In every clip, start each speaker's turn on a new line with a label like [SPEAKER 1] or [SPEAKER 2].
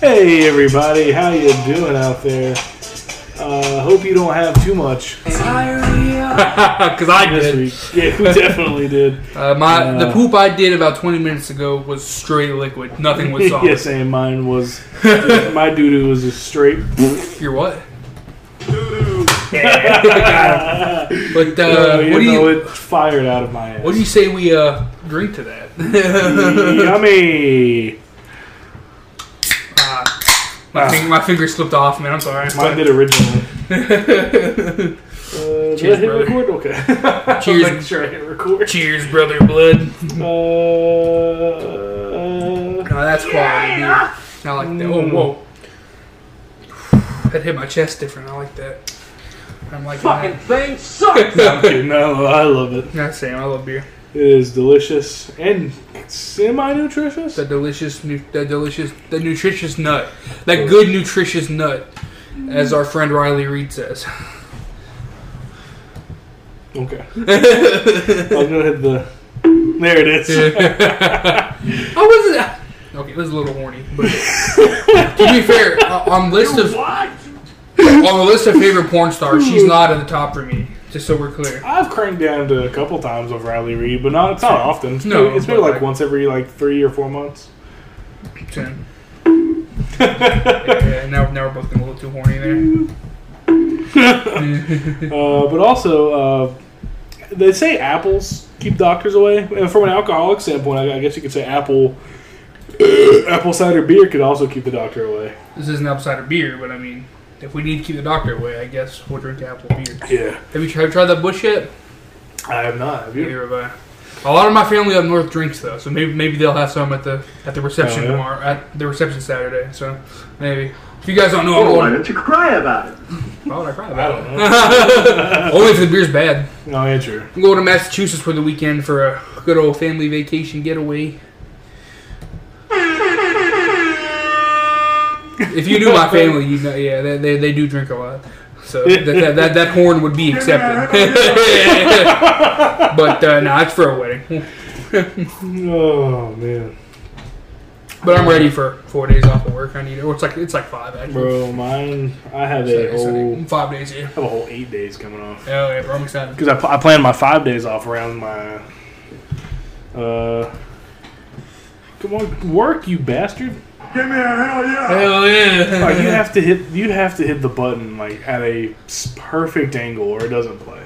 [SPEAKER 1] Hey everybody, how you doing out there? Uh, hope you don't have too much
[SPEAKER 2] Because I
[SPEAKER 1] this
[SPEAKER 2] did.
[SPEAKER 1] week. Yeah, we definitely did.
[SPEAKER 2] Uh, my
[SPEAKER 1] Uh,
[SPEAKER 2] the poop I did about 20 minutes ago was straight liquid. Nothing was solid.
[SPEAKER 1] yes, and mine was my doo doo was just straight.
[SPEAKER 2] You're what?
[SPEAKER 1] Uh,
[SPEAKER 2] But uh,
[SPEAKER 1] you know,
[SPEAKER 2] what do you
[SPEAKER 1] it fired out of my ass.
[SPEAKER 2] what do you say we uh drink to that?
[SPEAKER 1] Yummy!
[SPEAKER 2] Ah, my, fing- my finger slipped off, man. I'm sorry.
[SPEAKER 1] Mine did originally. Uh, did I
[SPEAKER 2] Cheers,
[SPEAKER 1] hit
[SPEAKER 2] brother.
[SPEAKER 1] record? Okay.
[SPEAKER 2] Cheers.
[SPEAKER 1] Make sure I hit record.
[SPEAKER 2] Cheers, brother blood.
[SPEAKER 1] Uh, uh,
[SPEAKER 2] No, that's quality beer. I like that. Oh,
[SPEAKER 1] Mm.
[SPEAKER 2] whoa. That hit my chest different. I like that. I'm like
[SPEAKER 3] fucking
[SPEAKER 2] that.
[SPEAKER 3] thing sucks.
[SPEAKER 1] no, I'm kidding. No, I love it.
[SPEAKER 2] Not saying I love beer.
[SPEAKER 1] It is delicious and semi-nutritious.
[SPEAKER 2] The delicious, nu- the delicious, the nutritious nut. That good, nutritious nut, as our friend Riley Reed says.
[SPEAKER 1] Okay. I'll go ahead the. There it is.
[SPEAKER 2] I wasn't. Okay, it was a little horny, but to be fair, uh, on list of
[SPEAKER 3] what?
[SPEAKER 2] on the list of favorite porn stars, she's not at the top for me. Just so we're clear.
[SPEAKER 1] I've cranked down to a couple times with Riley Reed, but not it's not often. It's
[SPEAKER 2] No,
[SPEAKER 1] maybe, it's maybe
[SPEAKER 2] but
[SPEAKER 1] like,
[SPEAKER 2] like-
[SPEAKER 1] once every like three or four months.
[SPEAKER 2] Ten. yeah, now, now we're both getting a little too horny there.
[SPEAKER 1] Uh, but also, uh, they say apples keep doctors away. And from an alcoholic standpoint, I, I guess you could say apple apple cider beer could also keep the doctor away.
[SPEAKER 2] This isn't outside of beer, but I mean, if we need to keep the doctor away, I guess we'll drink apple beer.
[SPEAKER 1] Yeah,
[SPEAKER 2] Have you tried, tried that bush yet?
[SPEAKER 1] I have not. Have you?
[SPEAKER 2] Neither have I. A lot of my family up north drinks though, so maybe maybe they'll have some at the at the reception
[SPEAKER 1] Oh, yeah?
[SPEAKER 2] tomorrow at the reception Saturday. So maybe if you guys don't know, I'm
[SPEAKER 1] Oh,
[SPEAKER 3] Well, why
[SPEAKER 2] going.
[SPEAKER 3] don't you cry about it?
[SPEAKER 2] Why would I cry
[SPEAKER 1] I
[SPEAKER 2] about
[SPEAKER 1] don't know.
[SPEAKER 2] it? Only if the beer's bad.
[SPEAKER 1] No, yeah, true.
[SPEAKER 2] I'm going to Massachusetts for the weekend for a good old family vacation getaway. If you knew my family, you know, yeah, they, they, they do drink a lot. So that, that, that, that horn would be accepted. but uh, no, it's for a wedding.
[SPEAKER 1] Oh man,
[SPEAKER 2] But I'm ready for four days off of work. I need it. Or it's like it's like five actually.
[SPEAKER 1] bro, mine. I have a
[SPEAKER 2] Saturday, Sunday.
[SPEAKER 1] whole.
[SPEAKER 2] Five days.
[SPEAKER 1] I
[SPEAKER 2] Yeah.
[SPEAKER 1] have a whole eight days coming off
[SPEAKER 2] Oh yeah, bro, I'm excited.
[SPEAKER 1] because I, pl- I plan my five days off around my. Uh, come on, work you bastard!
[SPEAKER 3] Give me a hell yeah.
[SPEAKER 2] Hell yeah!
[SPEAKER 1] Like, you have to hit you have to hit the button like at a s- perfect angle or it doesn't play.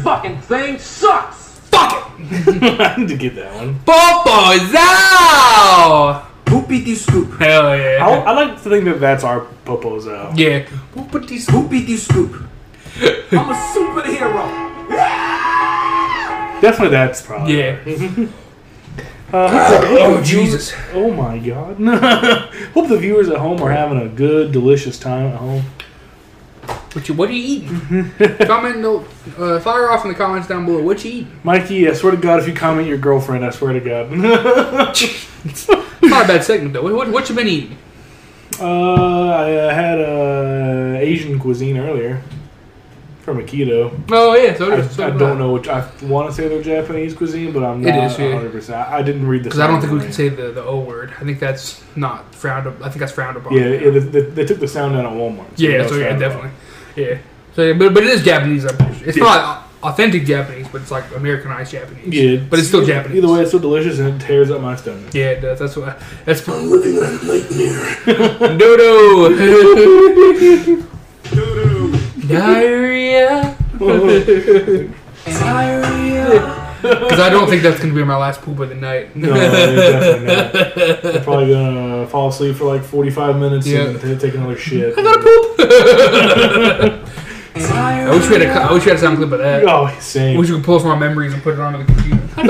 [SPEAKER 3] Fucking thing sucks.
[SPEAKER 2] Fuck it.
[SPEAKER 1] I need to get that one.
[SPEAKER 2] Popo's out!
[SPEAKER 3] Poopity scoop.
[SPEAKER 2] Hell yeah.
[SPEAKER 1] I, I like to think that that's our popos out.
[SPEAKER 2] yeah. Poopity scoop.
[SPEAKER 3] Poopity scoop. I'm a superhero.
[SPEAKER 1] Definitely that's probably.
[SPEAKER 2] Yeah.
[SPEAKER 1] Uh,
[SPEAKER 2] Oh, Jesus.
[SPEAKER 1] Oh my god. Hope the viewers at home are having a good, delicious time at home.
[SPEAKER 2] What you, what are you eating? Comment, no, uh, fire off in the comments down below. What you eating?
[SPEAKER 1] Mikey, I swear to God, if you comment your girlfriend, I swear to God.
[SPEAKER 2] Not a bad segment, though. What, what, what you been eating?
[SPEAKER 1] Uh, I uh, had uh, Asian cuisine earlier from Aikido.
[SPEAKER 2] Oh, yeah. So,
[SPEAKER 1] I,
[SPEAKER 2] so
[SPEAKER 1] I don't know which. I want to say they're Japanese cuisine, but I'm
[SPEAKER 2] It
[SPEAKER 1] not
[SPEAKER 2] is, yeah.
[SPEAKER 1] 100. percent I, I didn't read the.
[SPEAKER 2] Because I don't think we
[SPEAKER 1] sign
[SPEAKER 2] can
[SPEAKER 1] right.
[SPEAKER 2] say the, the O word. I think that's not frowned up. I think that's frowned upon.
[SPEAKER 1] Yeah, yeah they, they, they took the sound down at Walmart.
[SPEAKER 2] Yeah,
[SPEAKER 1] that's
[SPEAKER 2] so yeah,
[SPEAKER 1] frowned
[SPEAKER 2] definitely. Yeah. So, yeah, but, but it is Japanese. I'm pretty sure. It's
[SPEAKER 1] Yeah.
[SPEAKER 2] not authentic Japanese, but it's like Americanized Japanese.
[SPEAKER 1] upon. Yeah,
[SPEAKER 2] But it's still Japanese.
[SPEAKER 1] Either way, it's still delicious and it tears up my stomach.
[SPEAKER 2] Yeah, it does. That's what. That's. I'm living like nightmare. Dodo. Diarrhea. Diarrhea. Because I don't think that's gonna be my last poop of the night.
[SPEAKER 1] No, yeah, definitely not. I'm probably gonna fall asleep for like 45 minutes and t- take another shit. I gotta poop.
[SPEAKER 2] I wish we had a. co- I wish we had a sound clip of that.
[SPEAKER 1] Oh,
[SPEAKER 2] I
[SPEAKER 1] same.
[SPEAKER 2] wish we could pull from our memories and put it onto the computer. I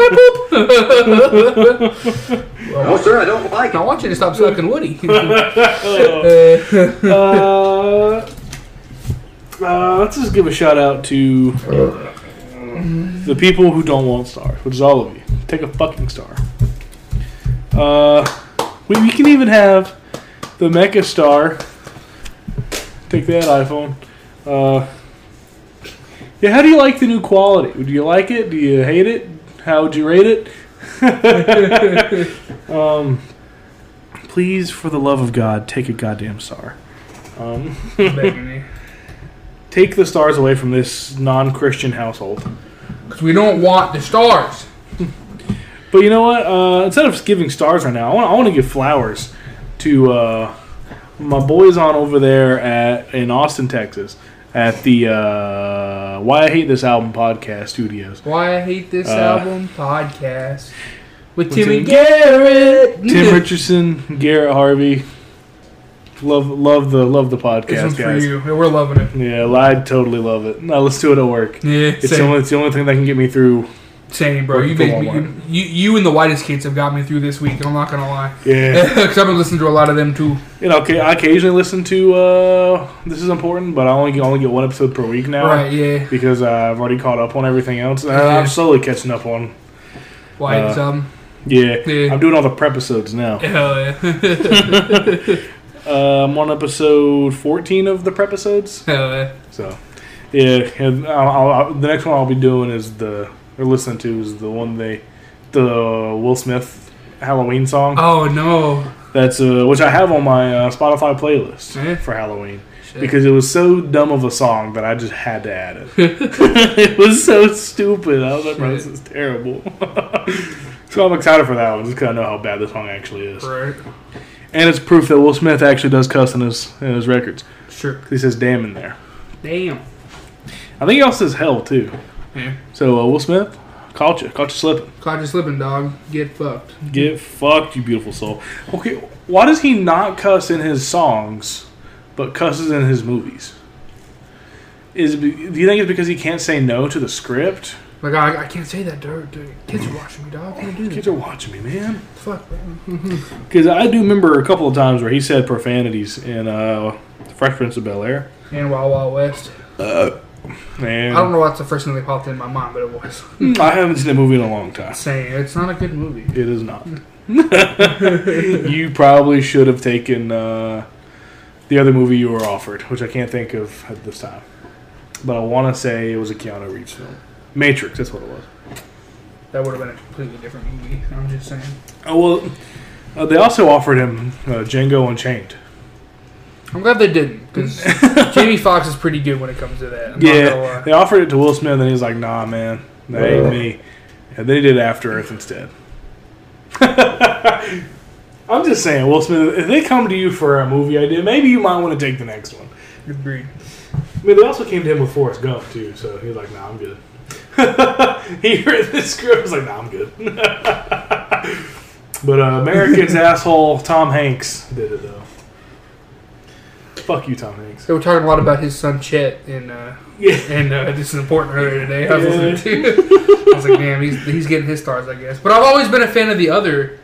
[SPEAKER 2] got poop.
[SPEAKER 3] No, sir, I don't like
[SPEAKER 2] I want you to stop sucking Woody.
[SPEAKER 1] Oh. uh,
[SPEAKER 2] Uh,
[SPEAKER 1] uh, let's just give a shout out to the people who don't want stars, which is all of you. Take a fucking star. Uh, we, we can even have the Mecha Star. Take that iPhone. Uh, yeah, how do you like the new quality? Do you like it? Do you hate it? How would you rate it? um, please, for the love of God, take a goddamn star. Um,
[SPEAKER 2] Because
[SPEAKER 1] take the stars away from this non-Christian household.
[SPEAKER 2] we don't want the stars.
[SPEAKER 1] But you know what? Uh, instead of giving stars right now, I want, I want to give flowers to uh, my boys on over there at in Austin, Texas, at the uh, Why I Hate This Album podcast studios.
[SPEAKER 2] Why I Hate This
[SPEAKER 1] Uh,
[SPEAKER 2] Album podcast with
[SPEAKER 1] Tim
[SPEAKER 2] Tim
[SPEAKER 1] and
[SPEAKER 2] and Garrett.
[SPEAKER 1] Tim Richardson, Garrett Harvey, love love the love the
[SPEAKER 2] This one's
[SPEAKER 1] podcast,
[SPEAKER 2] for
[SPEAKER 1] guys.
[SPEAKER 2] you. We're loving it.
[SPEAKER 1] Yeah, I totally love it. No, let's do it at work.
[SPEAKER 2] Yeah,
[SPEAKER 1] It's the
[SPEAKER 2] same,
[SPEAKER 1] only it's the only thing that can get me through.
[SPEAKER 2] same, bro. You,
[SPEAKER 1] Go
[SPEAKER 2] made me,
[SPEAKER 1] online.
[SPEAKER 2] you, you and the whitest kids have got me through this week. I'm not gonna lie,
[SPEAKER 1] Yeah.
[SPEAKER 2] because I've been listening to a lot of them too.
[SPEAKER 1] You know, okay, I occasionally listen to uh, this is important, but I only get, only get one episode per week now
[SPEAKER 2] Right? Yeah.
[SPEAKER 1] because uh, I've already caught up on everything else. and
[SPEAKER 2] Yeah.
[SPEAKER 1] I'm slowly catching up on. Uh.
[SPEAKER 2] White um.
[SPEAKER 1] Yeah,
[SPEAKER 2] Yeah.
[SPEAKER 1] I'm doing all the prep episodes now.
[SPEAKER 2] Hell yeah.
[SPEAKER 1] Uh, I'm on episode 14 of the prep episodes,
[SPEAKER 2] Hell yeah.
[SPEAKER 1] so yeah. And I'll, I'll, I'll- the next one I'll be doing is the or listening to is the one they the Will Smith Halloween song.
[SPEAKER 2] Oh no.
[SPEAKER 1] That's uh, which I have on my uh, Spotify playlist
[SPEAKER 2] Yeah.
[SPEAKER 1] for Halloween.
[SPEAKER 2] Shit.
[SPEAKER 1] because it was so dumb of a song that I just had to add it. it was so stupid. I was like, bro, this
[SPEAKER 2] Shit.
[SPEAKER 1] is terrible. so I'm excited for that one just because I know how bad this song actually is.
[SPEAKER 2] Right.
[SPEAKER 1] And it's proof that Will Smith actually does cuss in his, in his records.
[SPEAKER 2] Sure.
[SPEAKER 1] 'Cause He says damn in there.
[SPEAKER 2] Damn.
[SPEAKER 1] I think he also says hell too.
[SPEAKER 2] Yeah.
[SPEAKER 1] So uh, Will Smith, caught you. Caught you slipping.
[SPEAKER 2] Caught you slipping, dog. Get fucked.
[SPEAKER 1] Get fucked, you beautiful soul. Okay, why does he not cuss in his songs but cusses in his movies? Is it be, do you think it's because he can't say no to the script?
[SPEAKER 2] Like I, I can't say that, dude. dude. Kids are watching me, dog. I can't do
[SPEAKER 1] Kids
[SPEAKER 2] that.
[SPEAKER 1] are watching me, man.
[SPEAKER 2] Fuck. Man.
[SPEAKER 1] Because I do remember a couple of times where he said profanities in uh, Fresh Prince of Bel Air.
[SPEAKER 2] And Wild Wild West.
[SPEAKER 1] Man,
[SPEAKER 2] I don't know what's the first thing that popped in my mind, but it was.
[SPEAKER 1] Hmm, I haven't seen that movie in a long time.
[SPEAKER 2] Saying it's not a good movie.
[SPEAKER 1] It is not. you probably should have taken uh, the other movie you were offered, which I can't think of at this time. But I want to say it was a Keanu Reeves film. Matrix, that's what it was.
[SPEAKER 2] That would have been a completely different movie. I'm just saying.
[SPEAKER 1] Oh, well, uh, they also offered him uh, Django Unchained.
[SPEAKER 2] I'm glad they didn't, because Jamie Foxx is pretty good when it comes to that. I'm Not gonna
[SPEAKER 1] Yeah,
[SPEAKER 2] lie.
[SPEAKER 1] they offered it to Will Smith, and he was like, "Nah, man, that ain't me." And then he did After Earth instead. I'm just saying, Will Smith. If they come to you for a movie idea, maybe you might want to take the next one.
[SPEAKER 2] Agreed.
[SPEAKER 1] I mean, they also came to him with Forrest Gump too, so he was like, "Nah, I'm good." he read the script, was like, "Nah, I'm good." but uh, American's asshole Tom Hanks did it though. Fuck you, Tom Hanks.
[SPEAKER 2] They were talking a lot about his son Chet and uh,
[SPEAKER 1] Yeah.
[SPEAKER 2] and uh, this is important earlier today. I was
[SPEAKER 1] Yeah.
[SPEAKER 2] listening to. I was like, damn, he's he's getting his stars, I guess. But I've always been a fan of the other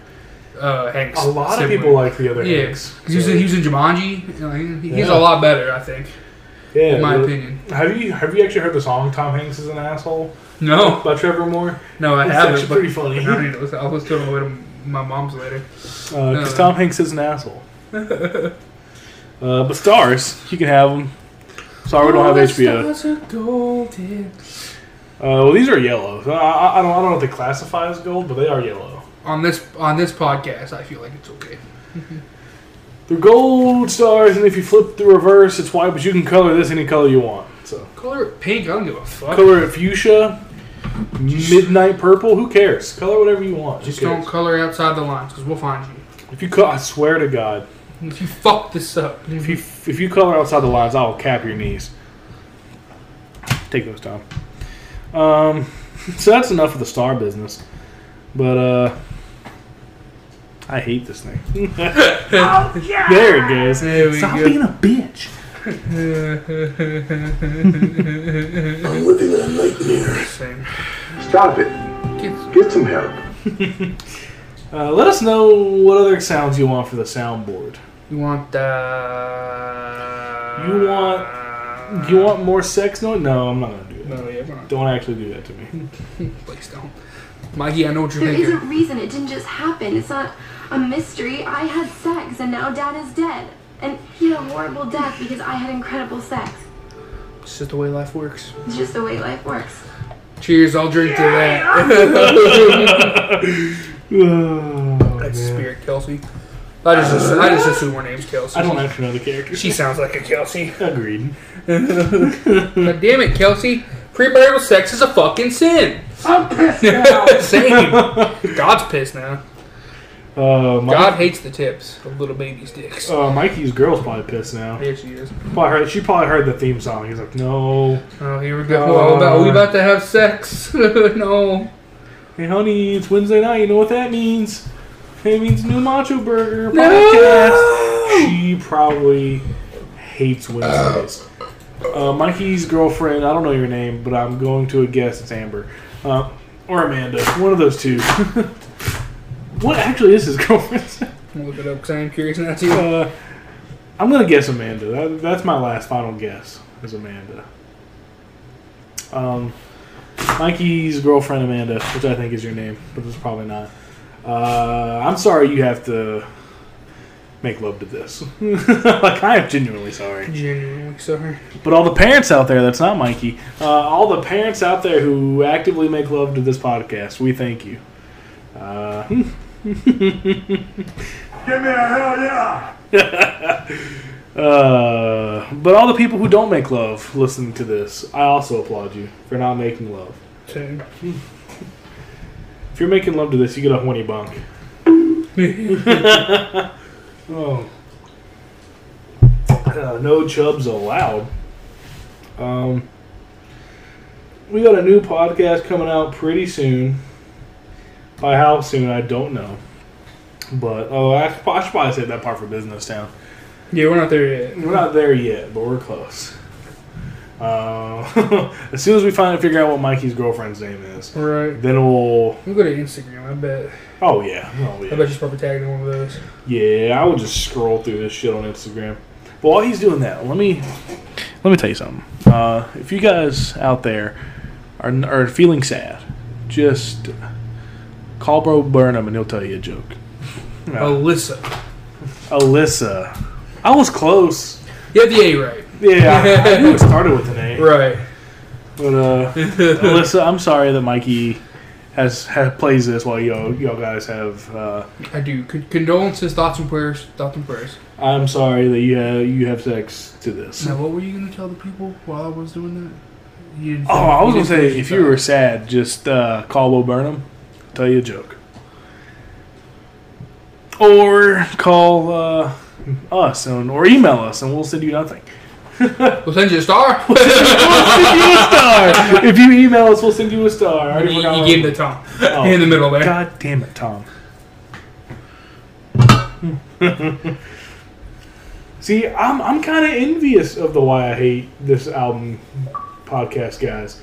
[SPEAKER 2] uh, Hanks.
[SPEAKER 1] A lot of
[SPEAKER 2] sibling.
[SPEAKER 1] people like the other
[SPEAKER 2] Yeah,
[SPEAKER 1] Hanks.
[SPEAKER 2] 'cause he was, in, he was in Jumanji. and, like, he- He's
[SPEAKER 1] Yeah.
[SPEAKER 2] a lot better, I think,
[SPEAKER 1] Yeah,
[SPEAKER 2] in my
[SPEAKER 1] but-
[SPEAKER 2] opinion.
[SPEAKER 1] Have you have you actually heard the song "Tom Hanks is an asshole"
[SPEAKER 2] No,
[SPEAKER 1] by Trevor Moore?
[SPEAKER 2] no, I
[SPEAKER 1] It's
[SPEAKER 2] haven't.
[SPEAKER 1] actually
[SPEAKER 2] But
[SPEAKER 1] pretty funny.
[SPEAKER 2] I don't need to listen. I'll listen to it on the way to my mom's later.
[SPEAKER 1] Because Tom Hanks is an asshole. uh, but stars, you can have them. Sorry, we don't
[SPEAKER 2] Oh,
[SPEAKER 1] have HBO. Uh, well, these are yellow. So I, I- I don't I don't know if they classify as gold, but they are yellow.
[SPEAKER 2] On this on this podcast, I feel like it's okay.
[SPEAKER 1] They're gold stars, and if you flip the reverse, it's white. But you can color this any color you want. So
[SPEAKER 2] Color it pink. I don't give a fuck.
[SPEAKER 1] color it fuchsia, midnight purple. Who cares? Color whatever you want. Who
[SPEAKER 2] Just don't
[SPEAKER 1] cares?
[SPEAKER 2] color outside the lines, cause we'll find you.
[SPEAKER 1] If you co- I swear to God.
[SPEAKER 2] If you fuck this up,
[SPEAKER 1] If you if you color outside the lines, I will cap your knees. Take those, Tom. Um, so that's enough of the star business. But uh, I hate this thing.
[SPEAKER 3] Oh, yeah.
[SPEAKER 1] There it goes.
[SPEAKER 2] There we
[SPEAKER 1] Stop
[SPEAKER 2] go.
[SPEAKER 1] being a bitch.
[SPEAKER 2] Same.
[SPEAKER 4] I'm living in a nightmare. Stop it.
[SPEAKER 2] Kids-
[SPEAKER 4] Get some help.
[SPEAKER 1] Uh, let us know what other sounds you want for the soundboard.
[SPEAKER 2] You want uh
[SPEAKER 1] You want- You want more sex? No, no, I'm not gonna do that.
[SPEAKER 2] No, yeah, come on.
[SPEAKER 1] Don't actually do that to me.
[SPEAKER 2] please don't. Mikey, I know what you're
[SPEAKER 5] There is a
[SPEAKER 2] thinking.
[SPEAKER 5] reason it didn't just happen. It's not a mystery. I had sex and now dad is dead. And he had a horrible death because I had incredible sex.
[SPEAKER 2] It's just the way life works.
[SPEAKER 5] It's just the way life works.
[SPEAKER 2] Cheers, I'll drink to that.
[SPEAKER 1] Oh,
[SPEAKER 2] That's the
[SPEAKER 1] man.
[SPEAKER 2] spirit, Kelsey. I just, I just assume her name's Kelsey.
[SPEAKER 1] I don't have to know the character.
[SPEAKER 2] She sounds like a Kelsey.
[SPEAKER 1] Agreed.
[SPEAKER 2] God damn it, Kelsey. Premarital sex is a fucking sin.
[SPEAKER 3] I'm pissed now.
[SPEAKER 2] Same. God's pissed now.
[SPEAKER 1] Uh, Mike,
[SPEAKER 2] God hates the tips of little babies' dicks.
[SPEAKER 1] uh, Mikey's girl's probably pissed now.
[SPEAKER 2] Here Oh, she is.
[SPEAKER 1] Probably heard, she probably heard the theme song. He's like, no.
[SPEAKER 2] Oh, here we go. oh, about, we about to have sex. no.
[SPEAKER 1] Hey, honey, it's Wednesday night. You know what that means? It means new Macho Burger
[SPEAKER 2] No!
[SPEAKER 1] podcast. She probably hates Wednesdays. Uh, Mikey's girlfriend, I don't know your name, but I'm going to guess it's Amber. Uh, or Amanda. One of those two. what actually is his girlfriend's name?
[SPEAKER 2] I'm gonna Look it up because I am curious now too.
[SPEAKER 1] Uh, I'm gonna guess Amanda. That, that's my last final guess is Amanda. Um, Mikey's girlfriend Amanda, which I think is your name, but it's probably not. Uh, I'm sorry you have to make love to this. like I am genuinely sorry.
[SPEAKER 2] Genuinely sorry.
[SPEAKER 1] But all the parents out there, that's not Mikey. Uh, all the parents out there who actively make love to this podcast, we thank you. Uh,
[SPEAKER 4] Give me a hell yeah!
[SPEAKER 1] Uh, but all the people who don't make love listening to this, I also applaud you for not making love.
[SPEAKER 2] Same.
[SPEAKER 1] If you're making love to this, you get a horny bunk. oh. Uh, no chubs allowed. Um, we got a new podcast coming out pretty soon. By how soon, I don't know. But, oh, I, I should probably save that part for Business Town.
[SPEAKER 2] yeah, we're not there yet.
[SPEAKER 1] We're not there yet, but we're close. Uh, as soon as we finally figure out what Mikey's girlfriend's name is,
[SPEAKER 2] Right.
[SPEAKER 1] then we'll.
[SPEAKER 2] We'll go to Instagram. I bet.
[SPEAKER 1] Oh yeah, oh
[SPEAKER 2] I bet
[SPEAKER 1] yeah.
[SPEAKER 2] she's probably tagged in one of those.
[SPEAKER 1] Yeah, I will just scroll through this shit on Instagram. But while he's doing that, let me let me tell you something. Uh, if you guys out there are are feeling sad, just call Bro Burnham and he'll tell you a joke. No.
[SPEAKER 2] Alyssa.
[SPEAKER 1] Alyssa, I was close.
[SPEAKER 2] You have the A right.
[SPEAKER 1] Yeah, I knew it started with an A.
[SPEAKER 2] Right.
[SPEAKER 1] But uh, Alyssa, I'm sorry that Mikey has, has plays this while y'all y'all guys have. Uh,
[SPEAKER 2] I do. Con- condolences, thoughts and prayers. Thoughts and prayers.
[SPEAKER 1] I'm sorry that you have you have sex to this.
[SPEAKER 2] Now, what were you gonna tell the people while I was doing that? You didn't
[SPEAKER 1] Oh,
[SPEAKER 2] finish-
[SPEAKER 1] I was
[SPEAKER 2] you
[SPEAKER 1] gonna
[SPEAKER 2] didn't
[SPEAKER 1] say
[SPEAKER 2] finish
[SPEAKER 1] if
[SPEAKER 2] the
[SPEAKER 1] you
[SPEAKER 2] thought.
[SPEAKER 1] were sad, just uh, call Will Burnham, tell you a joke, or call uh, us and or email us and we'll send you nothing.
[SPEAKER 2] We'll send you a star.
[SPEAKER 1] Send you a star. if you email us, we'll send you a star. I
[SPEAKER 2] you,
[SPEAKER 1] already
[SPEAKER 2] you
[SPEAKER 1] forgot what-
[SPEAKER 2] gave it to Tom
[SPEAKER 1] Oh.
[SPEAKER 2] in the middle there.
[SPEAKER 1] God damn it, Tom. See, I'm I'm kind of envious of the why I hate this album podcast guys.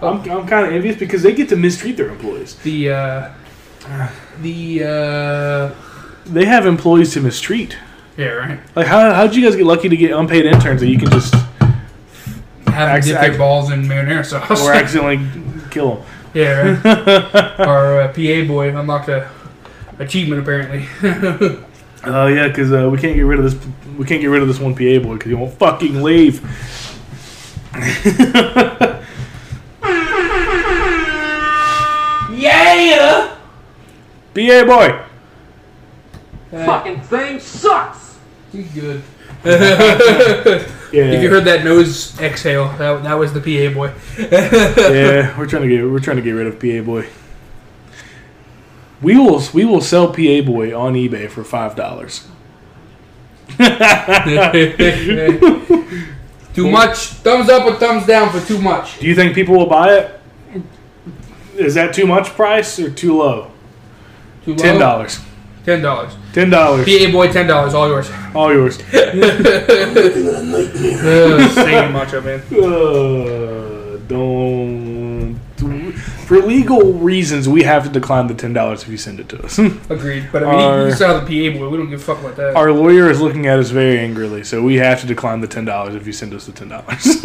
[SPEAKER 1] I'm, I'm kind of envious because they get to mistreat their employees.
[SPEAKER 2] The uh, the uh,
[SPEAKER 1] They have employees to mistreat.
[SPEAKER 2] yeah, right.
[SPEAKER 1] Like how how'd you guys get lucky to get unpaid interns that you can just
[SPEAKER 2] Having
[SPEAKER 1] Acc-
[SPEAKER 2] dip their
[SPEAKER 1] acc-
[SPEAKER 2] balls in marinara sauce.
[SPEAKER 1] or accidentally kill them?
[SPEAKER 2] yeah, right. our uh, PA boy unlocked a achievement apparently.
[SPEAKER 1] Oh yeah, because uh, we can't get rid of this. We can't get rid of this one PA boy because he won't fucking leave.
[SPEAKER 3] Yeah!
[SPEAKER 1] PA boy.
[SPEAKER 3] Fucking thing sucks!
[SPEAKER 2] You good? if
[SPEAKER 1] Yeah.
[SPEAKER 2] you heard that nose exhale, that, that was the PA boy.
[SPEAKER 1] yeah, we're trying to get we're trying to get rid of PA boy. We will we will sell PA boy on eBay for five dollars.
[SPEAKER 2] too much. Thumbs up or thumbs down for too much.
[SPEAKER 1] Do you think people will buy it? Is that too much price or too low?
[SPEAKER 2] Too low?
[SPEAKER 1] Ten dollars.
[SPEAKER 2] Ten dollars.
[SPEAKER 1] Ten dollars.
[SPEAKER 2] PA boy, ten dollars. All yours.
[SPEAKER 1] All yours.
[SPEAKER 4] Living in a nightmare.
[SPEAKER 2] Same macho man.
[SPEAKER 1] Uh, don't. For legal reasons, we have to decline the ten dollars if you send it to us.
[SPEAKER 2] Agreed. But I mean, you- you
[SPEAKER 1] Our-
[SPEAKER 2] saw the PA boy. We don't give a fuck about that.
[SPEAKER 1] Our lawyer is looking at us very angrily, so we have to decline the ten dollars if you send us the ten dollars.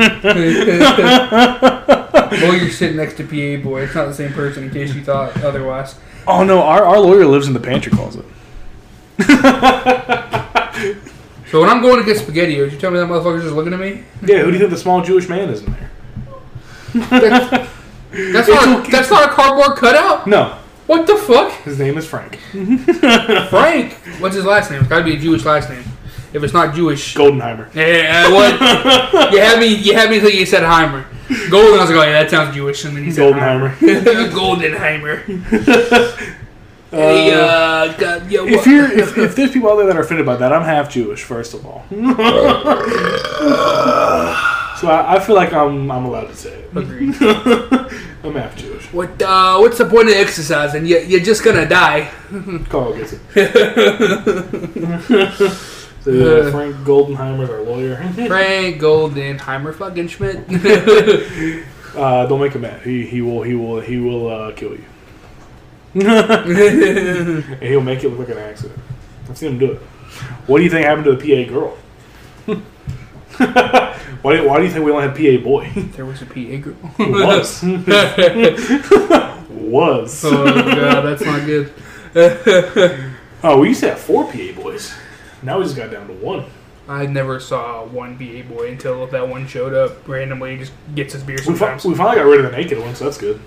[SPEAKER 2] well, you're sitting next to PA boy. It's not the same person, in case you thought otherwise.
[SPEAKER 1] Oh no, our, our lawyer lives in the pantry closet.
[SPEAKER 2] So when I'm going to get SpaghettiOs, you tell me that motherfucker's just looking at me.
[SPEAKER 1] Yeah, who do you think the small Jewish man is in there?
[SPEAKER 2] That's not. A,
[SPEAKER 1] okay.
[SPEAKER 2] that's not a cardboard cutout.
[SPEAKER 1] No.
[SPEAKER 2] What the fuck?
[SPEAKER 1] His name is Frank.
[SPEAKER 2] Frank? What's his last name? It's gotta be a Jewish last name. If it's not Jewish,
[SPEAKER 1] Goldenheimer.
[SPEAKER 2] Yeah, what? you had me. You had me until you said Heimer. Golden. I was like, oh yeah, that sounds Jewish. And then you said
[SPEAKER 1] Goldenheimer.
[SPEAKER 2] Goldenheimer. Hey, uh, God, yo,
[SPEAKER 1] If
[SPEAKER 2] what-
[SPEAKER 1] you're if, if there's people out there that are offended by that, I'm half Jewish, first of all. so I, I feel like I'm I'm allowed to say it.
[SPEAKER 2] Agreed.
[SPEAKER 1] I'm half Jewish.
[SPEAKER 2] what? Uh, what's the point of exercising? You, you're just gonna die.
[SPEAKER 1] Carl gets it. so, yeah, Frank Goldenheimer's our lawyer.
[SPEAKER 2] Frank Goldenheimer fucking Schmidt.
[SPEAKER 1] Uh, don't make him mad. He he will he will he will uh, kill you. and he'll make it look like an accident. I've seen him do it. What do you think happened to the PA girl? why, do, why do you think we don't have PA boy?
[SPEAKER 2] there was a PA girl.
[SPEAKER 1] was. was.
[SPEAKER 2] oh god, that's not good.
[SPEAKER 1] Oh, we used to have four PA boys. Now we just got down to one.
[SPEAKER 2] I never saw one BA boy until that one showed up randomly. He just gets his beer
[SPEAKER 1] We, fi-
[SPEAKER 2] sometimes.
[SPEAKER 1] we finally got rid of the naked one, so that's good.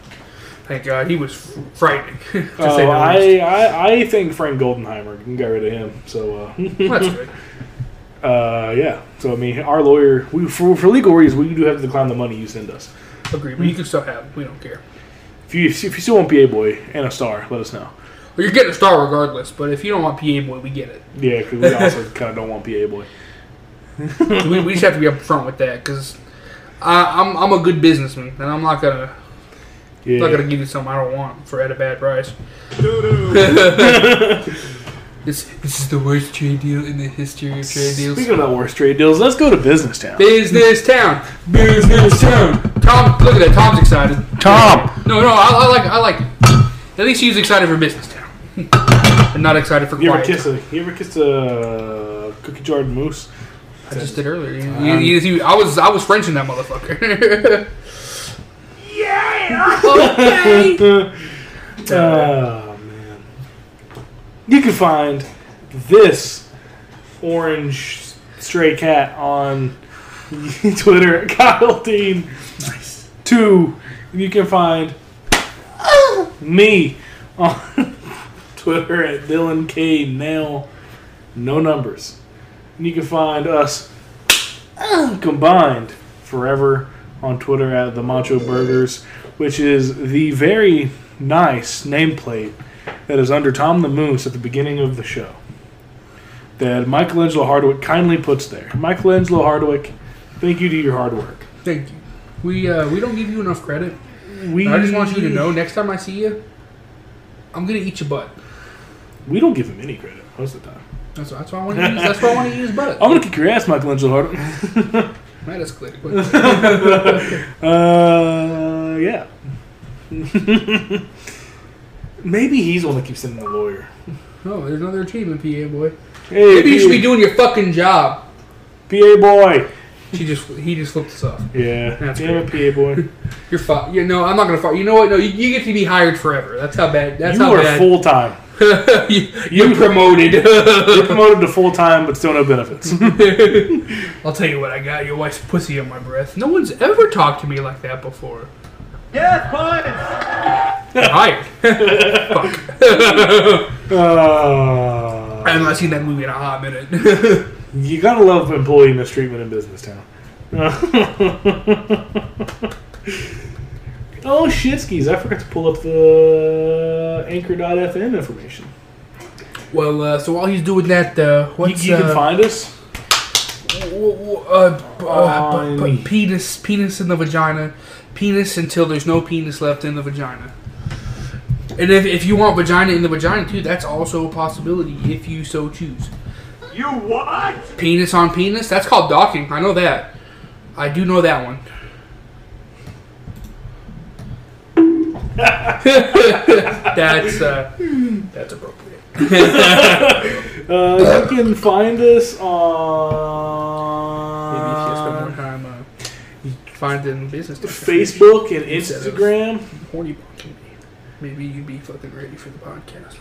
[SPEAKER 2] Thank God, he was f- frightening. to
[SPEAKER 1] Uh,
[SPEAKER 2] say the
[SPEAKER 1] I,
[SPEAKER 2] least.
[SPEAKER 1] I, I think Frank Goldenheimer can get rid of him. So, uh,
[SPEAKER 2] Well, that's good.
[SPEAKER 1] uh, yeah. So, I mean, our lawyer, we for, for legal reasons, we do have to decline the money you send us.
[SPEAKER 2] Agree, but you can still have. it. We don't care.
[SPEAKER 1] If you, if you still want PA boy and a star, let us know.
[SPEAKER 2] Well, you're getting a star regardless. But if you don't want PA boy, we get it.
[SPEAKER 1] Yeah, because we also kind of don't want PA boy.
[SPEAKER 2] we, we just have to be upfront with that because I'm I'm a good businessman and I'm not gonna
[SPEAKER 1] Yeah.
[SPEAKER 2] not gonna give you something I don't want for at a bad price. this this is the worst trade deal in the history of trade deals.
[SPEAKER 1] Speaking about worst trade deals, let's go to Business Town.
[SPEAKER 2] Business town, business town. Tom, look at that. Tom's excited.
[SPEAKER 1] Tom!
[SPEAKER 2] No, no, I, I like I like. It. At least he's excited for business town, and not excited for
[SPEAKER 1] You ever
[SPEAKER 2] quiet.
[SPEAKER 1] kiss a you ever kiss a cookie jarred moose?
[SPEAKER 2] I just did earlier. You- you-
[SPEAKER 1] Um,
[SPEAKER 2] you- you- I was I was Frenching that motherfucker. yeah. Okay.
[SPEAKER 1] Oh man. You can find this orange stray cat on Twitter at Kyle Dean. Nice. Two. You can find me on Twitter at Dylan K Nail. No numbers. And you can find us combined forever on Twitter at the Macho Burgers, which is the very nice nameplate that is under Tom the Moose at the beginning of the show. That Michelangelo Hardwick kindly puts there. Michelangelo Hardwick, thank you to your hard work.
[SPEAKER 2] Thank you. We uh, we don't give you enough credit.
[SPEAKER 1] We
[SPEAKER 2] I just want you to know. Next time I see you, I'm gonna eat your butt.
[SPEAKER 1] we don't give him any credit most of the time.
[SPEAKER 2] That's, that's why I want to use. That's why I want to use butt.
[SPEAKER 1] I'm gonna kick your ass, Michelangelo Hardwick.
[SPEAKER 2] That escalated quickly.
[SPEAKER 1] Uh, yeah. Maybe he's the one that keeps sending the lawyer.
[SPEAKER 2] Oh, there's another achievement, PA boy.
[SPEAKER 1] Hey,
[SPEAKER 2] Maybe you should be
[SPEAKER 1] PA
[SPEAKER 2] doing your fucking job.
[SPEAKER 1] PA boy.
[SPEAKER 2] She just he just flipped us off.
[SPEAKER 1] Yeah,
[SPEAKER 2] That's
[SPEAKER 1] damn it, PA boy.
[SPEAKER 2] You're fi- you know I'm not gonna fire. You know what? No, you, you get to be hired forever. That's how bad. That's
[SPEAKER 1] you
[SPEAKER 2] how
[SPEAKER 1] are
[SPEAKER 2] bad.
[SPEAKER 1] full time.
[SPEAKER 2] you, you're promoted.
[SPEAKER 1] You're promoted to full time, but still no benefits.
[SPEAKER 2] I'll tell you what, I got your wife's pussy on my breath. No one's ever talked to me like that before.
[SPEAKER 3] Yes, boys.
[SPEAKER 2] You're hired.
[SPEAKER 1] uh,
[SPEAKER 2] I have not seen that movie in a hot minute.
[SPEAKER 1] you gotta love employee mistreatment in business town. oh shitskis! I forgot to pull up the Anchor.fm information.
[SPEAKER 2] Well, uh, so while he's doing that, uh,
[SPEAKER 1] You,
[SPEAKER 2] what's
[SPEAKER 1] you can
[SPEAKER 2] uh,
[SPEAKER 1] find us.
[SPEAKER 2] w- w- uh, b- uh, b-
[SPEAKER 1] Fine.
[SPEAKER 2] b- penis, penis in the vagina, penis until there's no penis left in the vagina. And if, if you want vagina in the vagina too, that's also a possibility if you so choose.
[SPEAKER 3] You what?
[SPEAKER 2] Penis on penis, that's called docking. I know that. I do know that one. that's uh, that's appropriate.
[SPEAKER 1] Uh, you can find us
[SPEAKER 2] Maybe if you spend
[SPEAKER 1] on
[SPEAKER 2] more time uh, finding business.
[SPEAKER 1] Facebook and Instagram.
[SPEAKER 2] horny bumpkin. Maybe you'd be fucking ready for the podcast.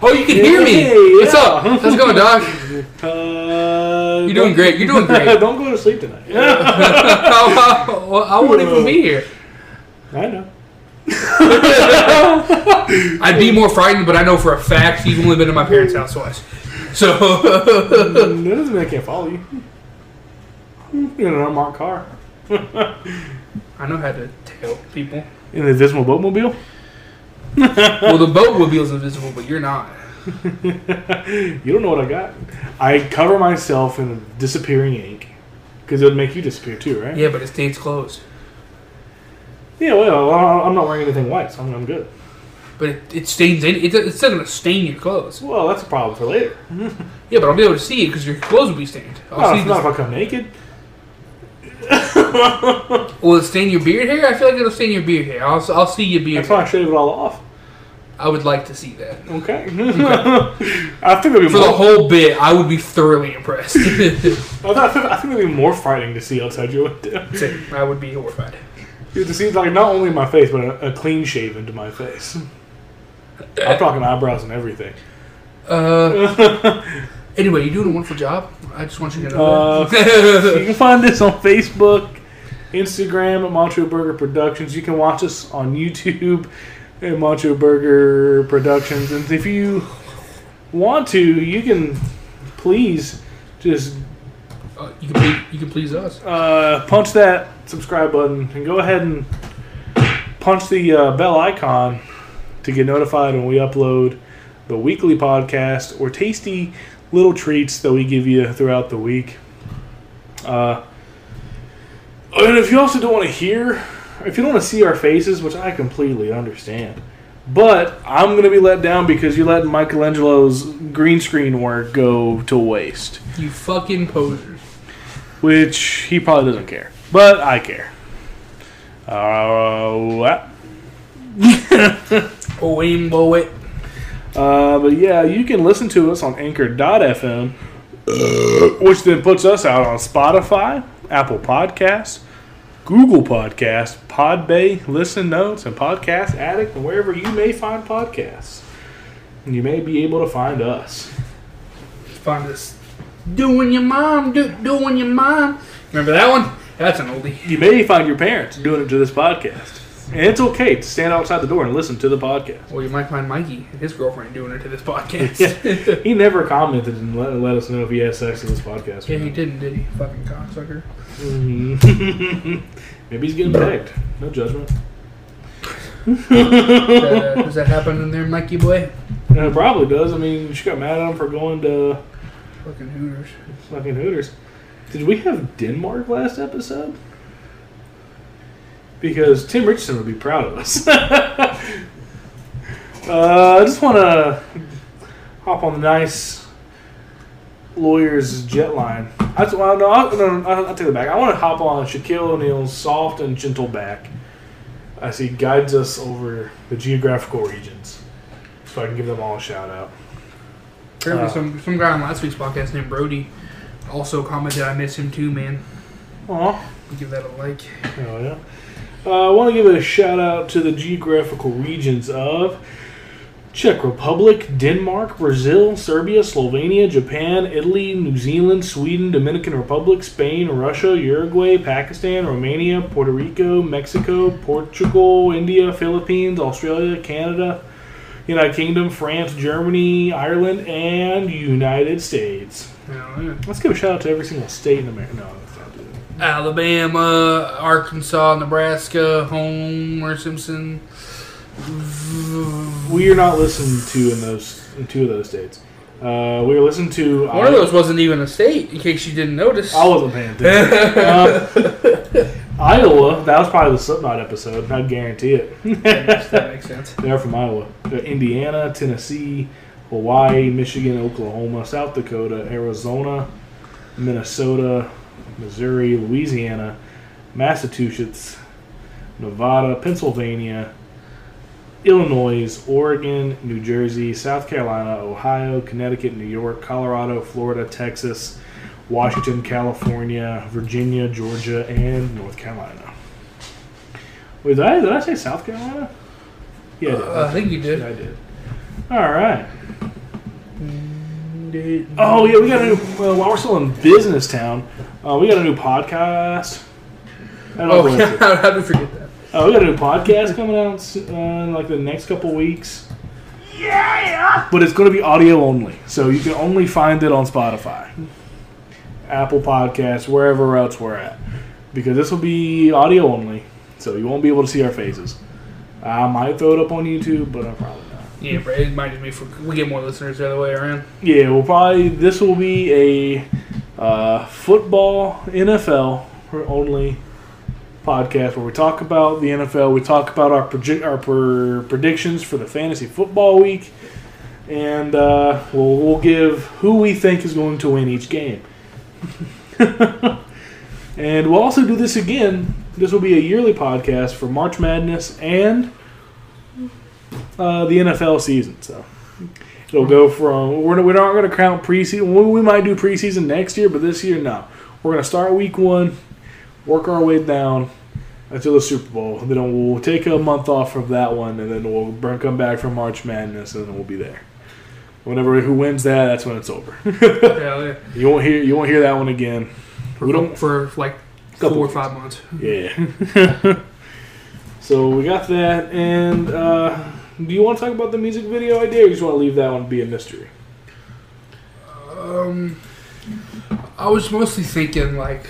[SPEAKER 2] Oh, you can hear me.
[SPEAKER 1] Hey,
[SPEAKER 2] What's
[SPEAKER 1] yeah.
[SPEAKER 2] up? How's it going, dog?
[SPEAKER 1] Uh,
[SPEAKER 2] You're doing great. You're doing great.
[SPEAKER 1] Don't go to sleep tonight.
[SPEAKER 2] I, I, I won't even be here.
[SPEAKER 1] I know.
[SPEAKER 2] I'd be more frightened, but I know for a fact you've only been in my parents' house twice. So
[SPEAKER 1] That doesn't mean I can't follow you. You're in an unmarked car.
[SPEAKER 2] I know how to tell people.
[SPEAKER 1] In the Dismal Boatmobile?
[SPEAKER 2] Well, the boat mobile's invisible, but you're not.
[SPEAKER 1] You don't know what I got. I cover myself in disappearing ink. Because it would make you disappear too, right?
[SPEAKER 2] Yeah, but it stays closed.
[SPEAKER 1] Yeah, well, I- I'm not wearing anything white, so I'm, I'm good.
[SPEAKER 2] But it, it stains in. It, it's still gonna stain your clothes.
[SPEAKER 1] Well, that's a problem for later.
[SPEAKER 2] Yeah, but I'll be able to see it because your clothes will be stained. I'll
[SPEAKER 1] No,
[SPEAKER 2] see
[SPEAKER 1] it's not if
[SPEAKER 2] this.
[SPEAKER 1] I come naked.
[SPEAKER 2] Will it stain your beard hair? I feel like it'll stain your beard hair. I'll, s- I'll see your beard.
[SPEAKER 1] That's why I
[SPEAKER 2] Hair.
[SPEAKER 1] shave it all off.
[SPEAKER 2] I would like to see that.
[SPEAKER 1] Okay. I think it'd be
[SPEAKER 2] For
[SPEAKER 1] more,
[SPEAKER 2] the whole bit, I would be thoroughly impressed.
[SPEAKER 1] I, thought- I think, I think it'd be more frightening to see outside your window.
[SPEAKER 2] Same. I would be horrified.
[SPEAKER 1] to see like not only my face, but a, a clean shave into my face. I'm talking eyebrows and everything.
[SPEAKER 2] Uh, anyway, you're doing a wonderful job. I just want you to know
[SPEAKER 1] Uh, you
[SPEAKER 2] that.
[SPEAKER 1] can find this on Facebook, Instagram at Montreal Burger Productions. You can watch us on YouTube at Montreal Burger Productions. And if you want to, you can please just
[SPEAKER 2] Uh, you, can please, you can please us.
[SPEAKER 1] uh, punch that subscribe button and go ahead and punch the uh, bell icon to get notified when we upload the weekly podcast or tasty little treats that we give you throughout the week. Uh, and if you also don't want to hear, if you don't want to see our faces, which I completely understand. But I'm gonna be let down because you're letting Michelangelo's green screen work go to waste
[SPEAKER 2] You fucking posers.
[SPEAKER 1] which he probably doesn't care, but I care. Uh, what?
[SPEAKER 2] Oh, aim, blow it.
[SPEAKER 1] Uh, but yeah, you can listen to us on Anchor.fm, uh, which then puts us out on Spotify, Apple Podcasts, Google Podcasts, Podbay, Listen Notes, and Podcast Addict, and wherever you may find podcasts. And You may be able to find us.
[SPEAKER 2] Find us. Doing your mom, do, doing your mom. Remember that one? That's an oldie.
[SPEAKER 1] You may find your parents doing it to this podcast. And it's okay to stand outside the door and listen to the podcast.
[SPEAKER 2] Well, you might find Mikey and his girlfriend doing it to this
[SPEAKER 1] Yeah.
[SPEAKER 2] podcast.
[SPEAKER 1] He never commented and let, let us know if he has sex in this podcast.
[SPEAKER 2] yeah, he didn't, did he? Fucking cocksucker.
[SPEAKER 1] Mhm. Maybe he's getting pegged. No judgment.
[SPEAKER 2] Uh, does that happen in there, Mikey boy?
[SPEAKER 1] And it probably does. I mean, she got mad at him for going to
[SPEAKER 2] Fucking Hooters.
[SPEAKER 1] fucking Hooters. Did we have Denmark last episode? Because Tim Richardson would be proud of us. uh, I just want to hop on the nice lawyer's jet line. I just, well, no, I, no, no, I- I'll take it back. I want to hop on Shaquille O'Neal's soft and gentle back as he guides us over the geographical regions. So I can give them all a shout out.
[SPEAKER 2] Apparently,
[SPEAKER 1] Uh,
[SPEAKER 2] some, some guy on last week's podcast named Brody also commented, I miss him too, man.
[SPEAKER 1] Aw.
[SPEAKER 2] Give that a like.
[SPEAKER 1] Oh yeah. Uh, I want to give a shout out to the geographical regions of Czech Republic, Denmark, Brazil, Serbia, Slovenia, Japan, Italy, New Zealand, Sweden, Dominican Republic, Spain, Russia, Uruguay, Pakistan, Romania, Puerto Rico, Mexico, Portugal, India, Philippines, Australia, Canada, United Kingdom, France, Germany, Ireland, and United States.
[SPEAKER 2] Hell, yeah.
[SPEAKER 1] Let's give a shout out to every single state in America. No, that's not good.
[SPEAKER 2] Alabama, Arkansas, Nebraska, Homer Simpson.
[SPEAKER 1] We are not listened to in those in two of those states. Uh, we were listened to.
[SPEAKER 2] One of those wasn't even a state, in case you didn't notice.
[SPEAKER 1] I wasn't paying attention. Uh, Iowa. That was probably the Slipknot episode. I guarantee it.
[SPEAKER 2] that makes sense.
[SPEAKER 1] They're from Iowa, Uh, Indiana, Tennessee, Hawaii, Michigan, Oklahoma, South Dakota, Arizona, Minnesota, Missouri, Louisiana, Massachusetts, Nevada, Pennsylvania, Illinois, Oregon, New Jersey, South Carolina, Ohio, Connecticut, New York, Colorado, Florida, Texas, Washington, California, Virginia, Georgia, and North Carolina. Wait, did I, did I say South Carolina? Yeah, I did.
[SPEAKER 2] Uh, I think you did.
[SPEAKER 1] I did. All right. Oh yeah, we got a new. Well, while we're still in business town, uh, we got a new podcast. I don't know
[SPEAKER 2] Oh,
[SPEAKER 1] if we're-
[SPEAKER 2] how did we forget that?
[SPEAKER 1] Uh, we got a new podcast coming out s- uh, in like the next couple weeks. Yeah. But it's going to be audio only, so you can only find it on Spotify, Apple Podcasts, wherever else we're at, because this will be audio only, so you won't be able to see our faces. I might throw it up on YouTube, but I'm probably not.
[SPEAKER 2] Yeah, bro, it might just be for we get more listeners the other way around.
[SPEAKER 1] Yeah, we'll probably this will be a uh, football NFL only podcast where we talk about the NFL. We talk about our proje- our per- predictions for the fantasy football week, and uh, we'll we'll give who we think is going to win each game. and we'll also do this again. This will be a yearly podcast for March Madness and uh, the NFL season. So. It'll go from we're, we're not going to count preseason. We, we might do preseason next year, but this year no. We're going to start week one, work our way down until the Super Bowl. and Then we'll take a month off of that one, and then we'll br- come back from March Madness, and then we'll be there. Whenever who wins that, that's when it's over.
[SPEAKER 2] Hell yeah.
[SPEAKER 1] you won't hear you won't hear that one again. We don't
[SPEAKER 2] for like
[SPEAKER 1] Couple
[SPEAKER 2] four or
[SPEAKER 1] weeks.
[SPEAKER 2] five months.
[SPEAKER 1] yeah. so we got that, and uh, do you want to talk about the music video idea, or you just want to leave that one be a mystery?
[SPEAKER 2] Um, I was mostly thinking like,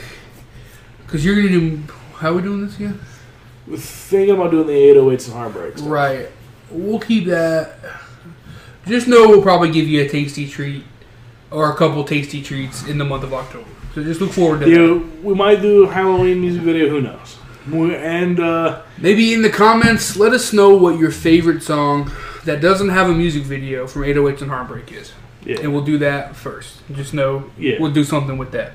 [SPEAKER 2] cause you're gonna do. How we doing this again?
[SPEAKER 1] Thinking about doing the 808s and heartbreaks.
[SPEAKER 2] Right. We'll keep that. Just know we'll probably give you a tasty treat or a couple tasty treats in the month of October. So just look forward to
[SPEAKER 1] You
[SPEAKER 2] that.
[SPEAKER 1] know, we might do a Halloween music video. Who knows? We, and uh,
[SPEAKER 2] Maybe in the comments, let us know what your favorite song that doesn't have a music video from 808s and Heartbreak is.
[SPEAKER 1] yeah.
[SPEAKER 2] And we'll do that first. Just know
[SPEAKER 1] Yeah.
[SPEAKER 2] we'll do something with that.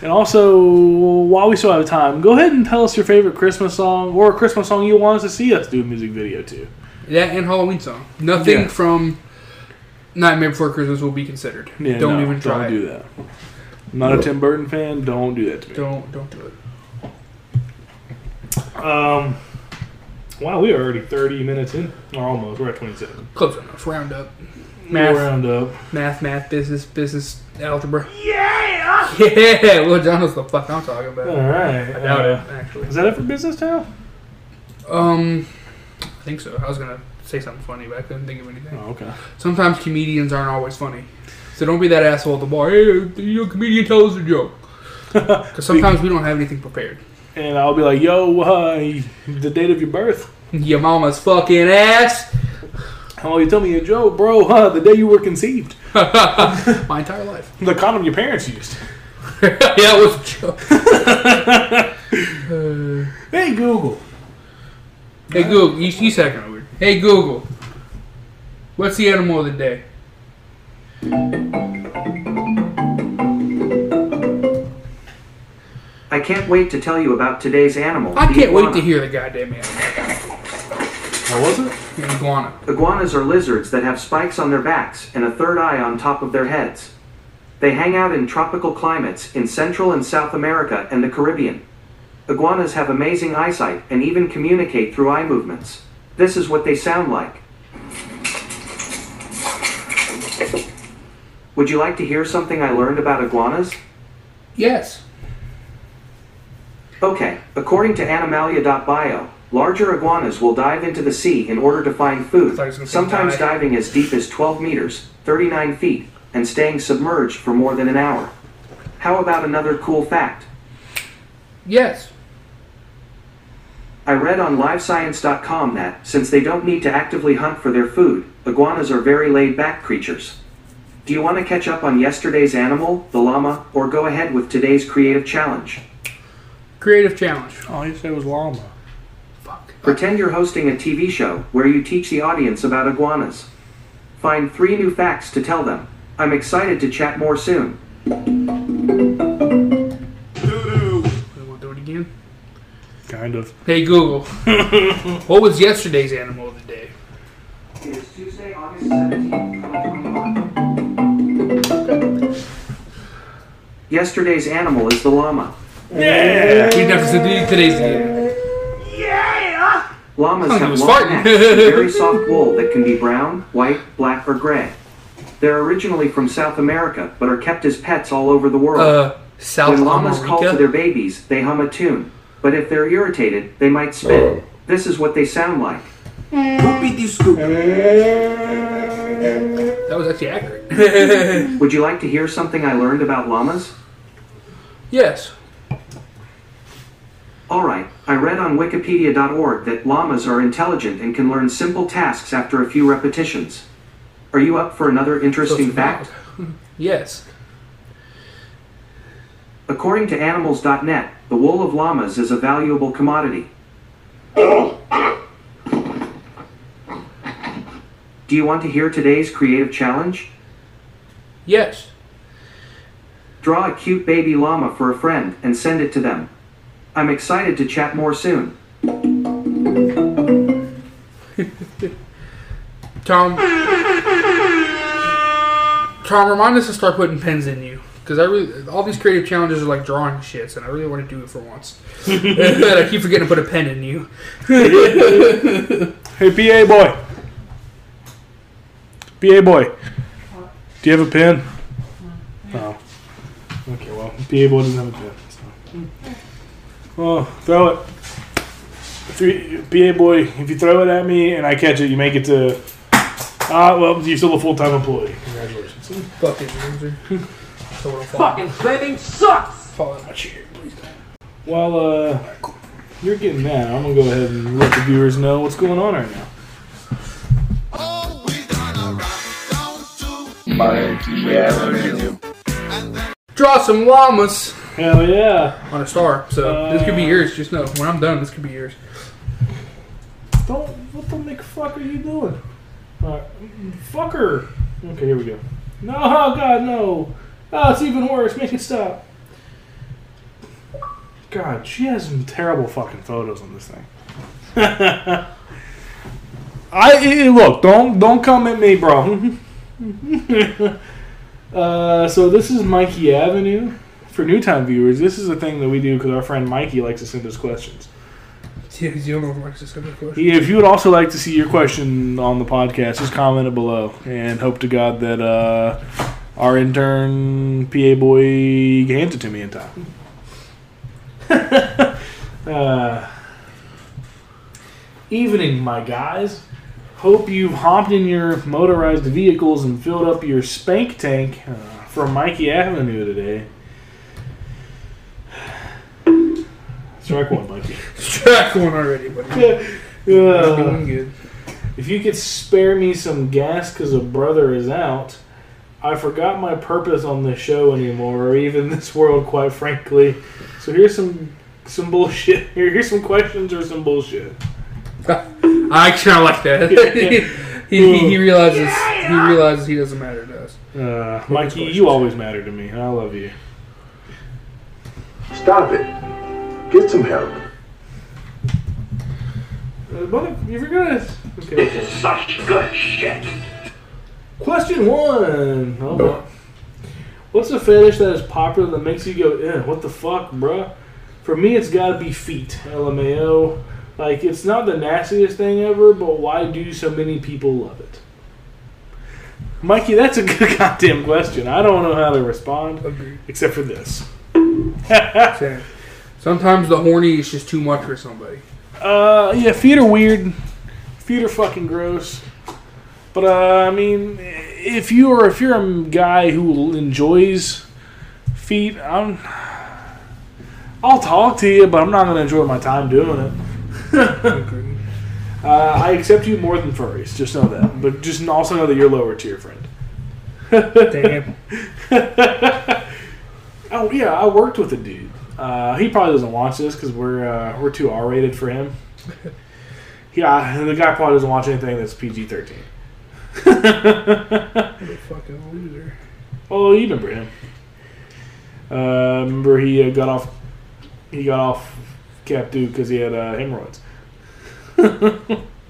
[SPEAKER 1] And also, while we still have time, go ahead and tell us your favorite Christmas song or a Christmas song you want us to see us do a music video to.
[SPEAKER 2] That and Halloween song. Nothing
[SPEAKER 1] Yeah.
[SPEAKER 2] from Nightmare Before Christmas will be considered.
[SPEAKER 1] Yeah,
[SPEAKER 2] don't
[SPEAKER 1] no,
[SPEAKER 2] even try.
[SPEAKER 1] Don't do that. I'm not a Tim Burton fan. Don't do that to me.
[SPEAKER 2] Don't don't do it.
[SPEAKER 1] Um, wow, we are already 30 minutes in, or almost. We're at 27.
[SPEAKER 2] Close enough. Round up.
[SPEAKER 1] We'll
[SPEAKER 2] Math.
[SPEAKER 1] round up.
[SPEAKER 2] Math, math, business, business, algebra. Yeah! Yeah! Well, John knows the fuck I'm talking
[SPEAKER 1] All
[SPEAKER 2] about.
[SPEAKER 1] right.
[SPEAKER 2] I doubt
[SPEAKER 1] Uh,
[SPEAKER 2] it, actually.
[SPEAKER 1] Is that it for business now?
[SPEAKER 2] Um, I think so. I was gonna say something funny, but I couldn't think of anything.
[SPEAKER 1] Oh, okay.
[SPEAKER 2] Sometimes comedians aren't always funny. So don't be that asshole at the bar. Hey, you know, comedian tells a joke. Because sometimes we don't have anything prepared.
[SPEAKER 1] And I'll be like, yo, uh, the date of your birth.
[SPEAKER 2] Your mama's fucking ass!
[SPEAKER 1] Oh, you tell me a joke, bro, huh? The day you were conceived.
[SPEAKER 2] My entire life.
[SPEAKER 1] The condom your parents used.
[SPEAKER 2] yeah, it was a joke.
[SPEAKER 1] Hey, Google.
[SPEAKER 2] Hey, Google. You, you sound kind of weird. Hey, Google. What's the animal of the day?
[SPEAKER 6] I can't wait to tell you about today's animal.
[SPEAKER 2] I
[SPEAKER 6] the
[SPEAKER 2] can't wait
[SPEAKER 6] iguana.
[SPEAKER 2] to hear the goddamn animal.
[SPEAKER 1] How was it?
[SPEAKER 2] Iguana.
[SPEAKER 6] Iguanas are lizards that have spikes on their backs and a third eye on top of their heads. They hang out in tropical climates in Central and South America and the Caribbean. Iguanas have amazing eyesight and even communicate through eye movements. This is what they sound like. Would you like to hear something I learned about iguanas?
[SPEAKER 2] Yes.
[SPEAKER 6] Okay, according to Animalia.bio, larger iguanas will dive into the sea in order to find food,
[SPEAKER 2] thought he was gonna say
[SPEAKER 6] sometimes
[SPEAKER 2] die.
[SPEAKER 6] diving as deep as 12 meters, 39 feet, and staying submerged for more than an hour. How about another cool fact?
[SPEAKER 2] Yes.
[SPEAKER 6] I read on LiveScience.com that, since they don't need to actively hunt for their food, iguanas are very laid back creatures. Do you want to catch up on yesterday's animal, the llama, or go ahead with today's creative challenge?
[SPEAKER 2] Creative challenge.
[SPEAKER 1] Oh, you said it was llama.
[SPEAKER 2] Fuck.
[SPEAKER 6] Pretend you're hosting a TV show where you teach the audience about iguanas. Find three new facts to tell them. I'm excited to chat more soon.
[SPEAKER 2] We want to do it again.
[SPEAKER 1] Kind of.
[SPEAKER 2] Hey Google. what was yesterday's animal of the day?
[SPEAKER 6] It is Tuesday, August 17th, 2021. Yesterday's animal is the llama.
[SPEAKER 2] We never said the- today's again.
[SPEAKER 6] Llamas
[SPEAKER 2] Oh, he
[SPEAKER 6] have
[SPEAKER 2] was
[SPEAKER 6] long
[SPEAKER 2] farting.
[SPEAKER 6] necks and very soft wool that can be brown, white, black, or gray. They're originally from South America, but are kept as pets all over the world.
[SPEAKER 2] Uh, South
[SPEAKER 6] When llamas call to their
[SPEAKER 2] America.
[SPEAKER 6] babies, they hum a tune. But if they're irritated, they might spit. This is what they sound like.
[SPEAKER 3] Beat these stupid.
[SPEAKER 2] That was actually accurate.
[SPEAKER 6] Would you like to hear something I learned about llamas?
[SPEAKER 2] yes.
[SPEAKER 6] Alright, I read on Wikipedia.org that llamas are intelligent and can learn simple tasks after a few repetitions. Are you up for another interesting
[SPEAKER 2] Close
[SPEAKER 6] fact?
[SPEAKER 2] enough. Yes.
[SPEAKER 6] According to animals.net, the wool of llamas is a valuable commodity. Do you want to hear today's creative challenge?
[SPEAKER 2] Yes.
[SPEAKER 6] Draw a cute baby llama for a friend and send it to them. I'm excited to chat more soon.
[SPEAKER 2] Tom. Tom, remind us to start putting pens in you. Because I really, all these creative challenges are like drawing shits, and I really want to do it for once. and I keep forgetting to put a pen in you.
[SPEAKER 1] Hey, PA boy. PA boy. Do you have a pen? No. Okay, well, PA boy doesn't have a pen. So. Oh, throw it. Three, PA boy, if you throw it at me and I catch it, you make it to. Ah, well, you're still a full time employee. Congratulations.
[SPEAKER 2] Fuck it, loser. So we're fall,
[SPEAKER 3] Fucking planning sucks.
[SPEAKER 2] fall out of my chair, please.
[SPEAKER 1] While uh, you're getting that, I'm going to go ahead and let the viewers know what's going on right now.
[SPEAKER 7] Oh, we gonna rock, don't you?
[SPEAKER 4] Mikey Avenue.
[SPEAKER 2] Draw some llamas
[SPEAKER 1] Hell yeah.
[SPEAKER 2] on a star. So this could be
[SPEAKER 3] Uh.
[SPEAKER 2] yours. Just know when I'm done, this could be yours.
[SPEAKER 1] Don't. What the Nick fuck are you doing? Uh, fucker. Okay, here we go. No, oh God, no. Oh, it's even worse. Make it stop. God, she has some terrible fucking photos on this thing. I eh, eh, look. Don't don't come at me, bro. uh, so this is Mikey Avenue. For Newtown viewers, this is a thing that we do because our friend Mikey likes to send us questions.
[SPEAKER 2] Yeah, 'cause you don't know if Mark's just gonna push.
[SPEAKER 1] If you would also like to see your question on the podcast, just comment it below, and hope to God that uh, our intern PA boy hands it to me in time. uh, evening, my guys. Hope you've hopped in your motorized vehicles and filled up your spank tank uh, from Mikey Avenue today. Strike one, Mikey.
[SPEAKER 2] Track one already, buddy. That's
[SPEAKER 1] Uh,
[SPEAKER 2] doing good.
[SPEAKER 1] if you could spare me some gas because a brother is out, I forgot my purpose on this show anymore, or even this world, quite frankly. So here's some some bullshit. Here, here's some questions or some bullshit.
[SPEAKER 2] I kind of like that. he, he, he realizes he realizes he doesn't matter to us.
[SPEAKER 1] Uh, Mikey, you always matter to me. and I love you.
[SPEAKER 4] Stop it. Get some help.
[SPEAKER 1] Uh, mother, you forgot us. Okay. okay.
[SPEAKER 4] Such good shit.
[SPEAKER 1] Question one. Oh, well. What's a fetish that is popular that makes you go, eh, what the fuck, bruh? For me, it's gotta be feet. LMAO. Like, it's not the nastiest thing ever, but why do so many people love it? Mikey, that's a good goddamn question. I don't know how to respond,
[SPEAKER 2] Agreed.
[SPEAKER 1] except for this.
[SPEAKER 2] Same. Sometimes the horny is just too much for somebody.
[SPEAKER 1] Uh, yeah, feet are weird. Feet are fucking gross. But uh, I mean, if you are if you're a guy who enjoys feet, I'm I'll talk to you, but I'm not gonna enjoy my time doing it.
[SPEAKER 2] Agreed.
[SPEAKER 1] Uh, I accept you more than furries. Just know that. But just also know that you're lower tier friend.
[SPEAKER 2] Damn.
[SPEAKER 1] Oh yeah, I worked with a dude. Uh, he probably doesn't watch this because we're uh, we're too R rated for him. Yeah, the guy probably doesn't watch anything that's PG thirteen.
[SPEAKER 2] What a fucking loser.
[SPEAKER 1] Oh, you remember him? Uh, remember he uh, got off. He got off Cap Duke because he had uh, hemorrhoids.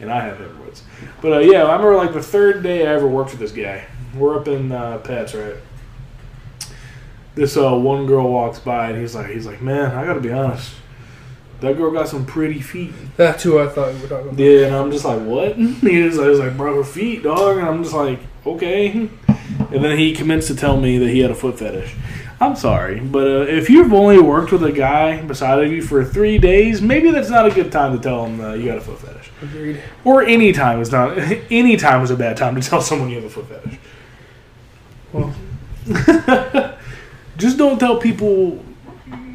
[SPEAKER 1] and I have hemorrhoids. But uh, yeah, I remember like the third day I ever worked with this guy. We're up in uh, Pets, right? This uh, one girl walks by and he's like, he's like, man, I gotta be honest. That girl got some pretty feet.
[SPEAKER 2] That's who I thought you were talking about.
[SPEAKER 1] Yeah, and I'm just like, what? He was, I was like, bro, her feet, dog. And I'm just like, okay. And And then he commenced to tell me that he had a foot fetish. I'm sorry, but uh, if you've only worked with a guy beside of you for three days, maybe that's not a good time to tell him uh, you got a foot fetish.
[SPEAKER 2] Agreed.
[SPEAKER 1] Or any time is not any time is a bad time to tell someone you have a foot fetish.
[SPEAKER 2] Well,
[SPEAKER 1] Just don't tell people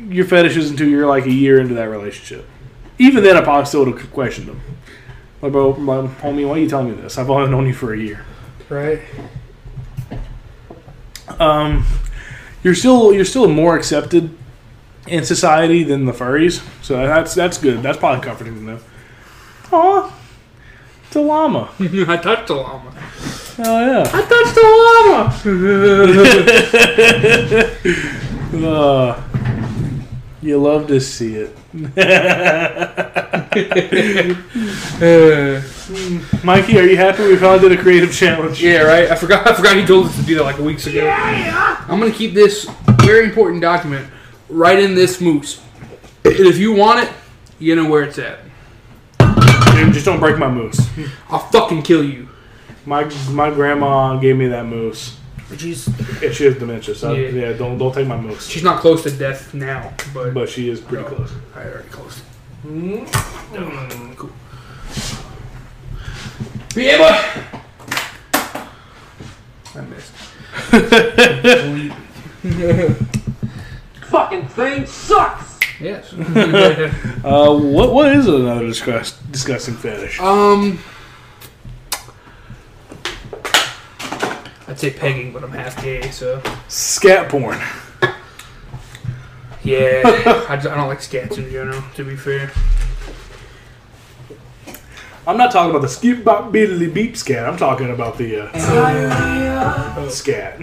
[SPEAKER 1] your fetishes until you're like a year into that relationship. Even then, I probably still would have questioned them. Like, bro, my homie, why are you telling me this? I've only known you for a year.
[SPEAKER 2] right.
[SPEAKER 1] Um, you're still you're still more accepted in society than the furries, so that's that's good. That's probably comforting to know. Aw, it's a llama.
[SPEAKER 2] I touched a llama.
[SPEAKER 1] Oh yeah.
[SPEAKER 2] I touched a llama.
[SPEAKER 1] Uh, you love to see it.
[SPEAKER 2] Uh,
[SPEAKER 1] Mikey, are you happy we finally did a creative challenge?
[SPEAKER 2] yeah, right. I forgot. I forgot he told us to do that like a weeks ago. I'm gonna keep this very important document right in this moose. And if you want it, you know where it's at.
[SPEAKER 1] Dude, just don't break my moose.
[SPEAKER 2] I'll fucking kill you.
[SPEAKER 1] My my grandma gave me that moose.
[SPEAKER 2] She's
[SPEAKER 1] And she has dementia, so yeah,
[SPEAKER 2] Yeah.
[SPEAKER 1] don't don't take my moose.
[SPEAKER 2] she's not close to death now, but,
[SPEAKER 1] But she is pretty close.
[SPEAKER 2] I already close. Cool. Yeah, boy. I missed.
[SPEAKER 3] Fucking thing sucks.
[SPEAKER 2] Yes.
[SPEAKER 1] Uh, what what is another disgust, disgusting fetish?
[SPEAKER 2] um. I'd say pegging, but I'm half gay, so
[SPEAKER 1] Scat porn.
[SPEAKER 2] yeah. I, just- I don't like scats in general. To be fair,
[SPEAKER 1] I'm not talking about the skip bop biddly beep scat. I'm talking about the uh, scat,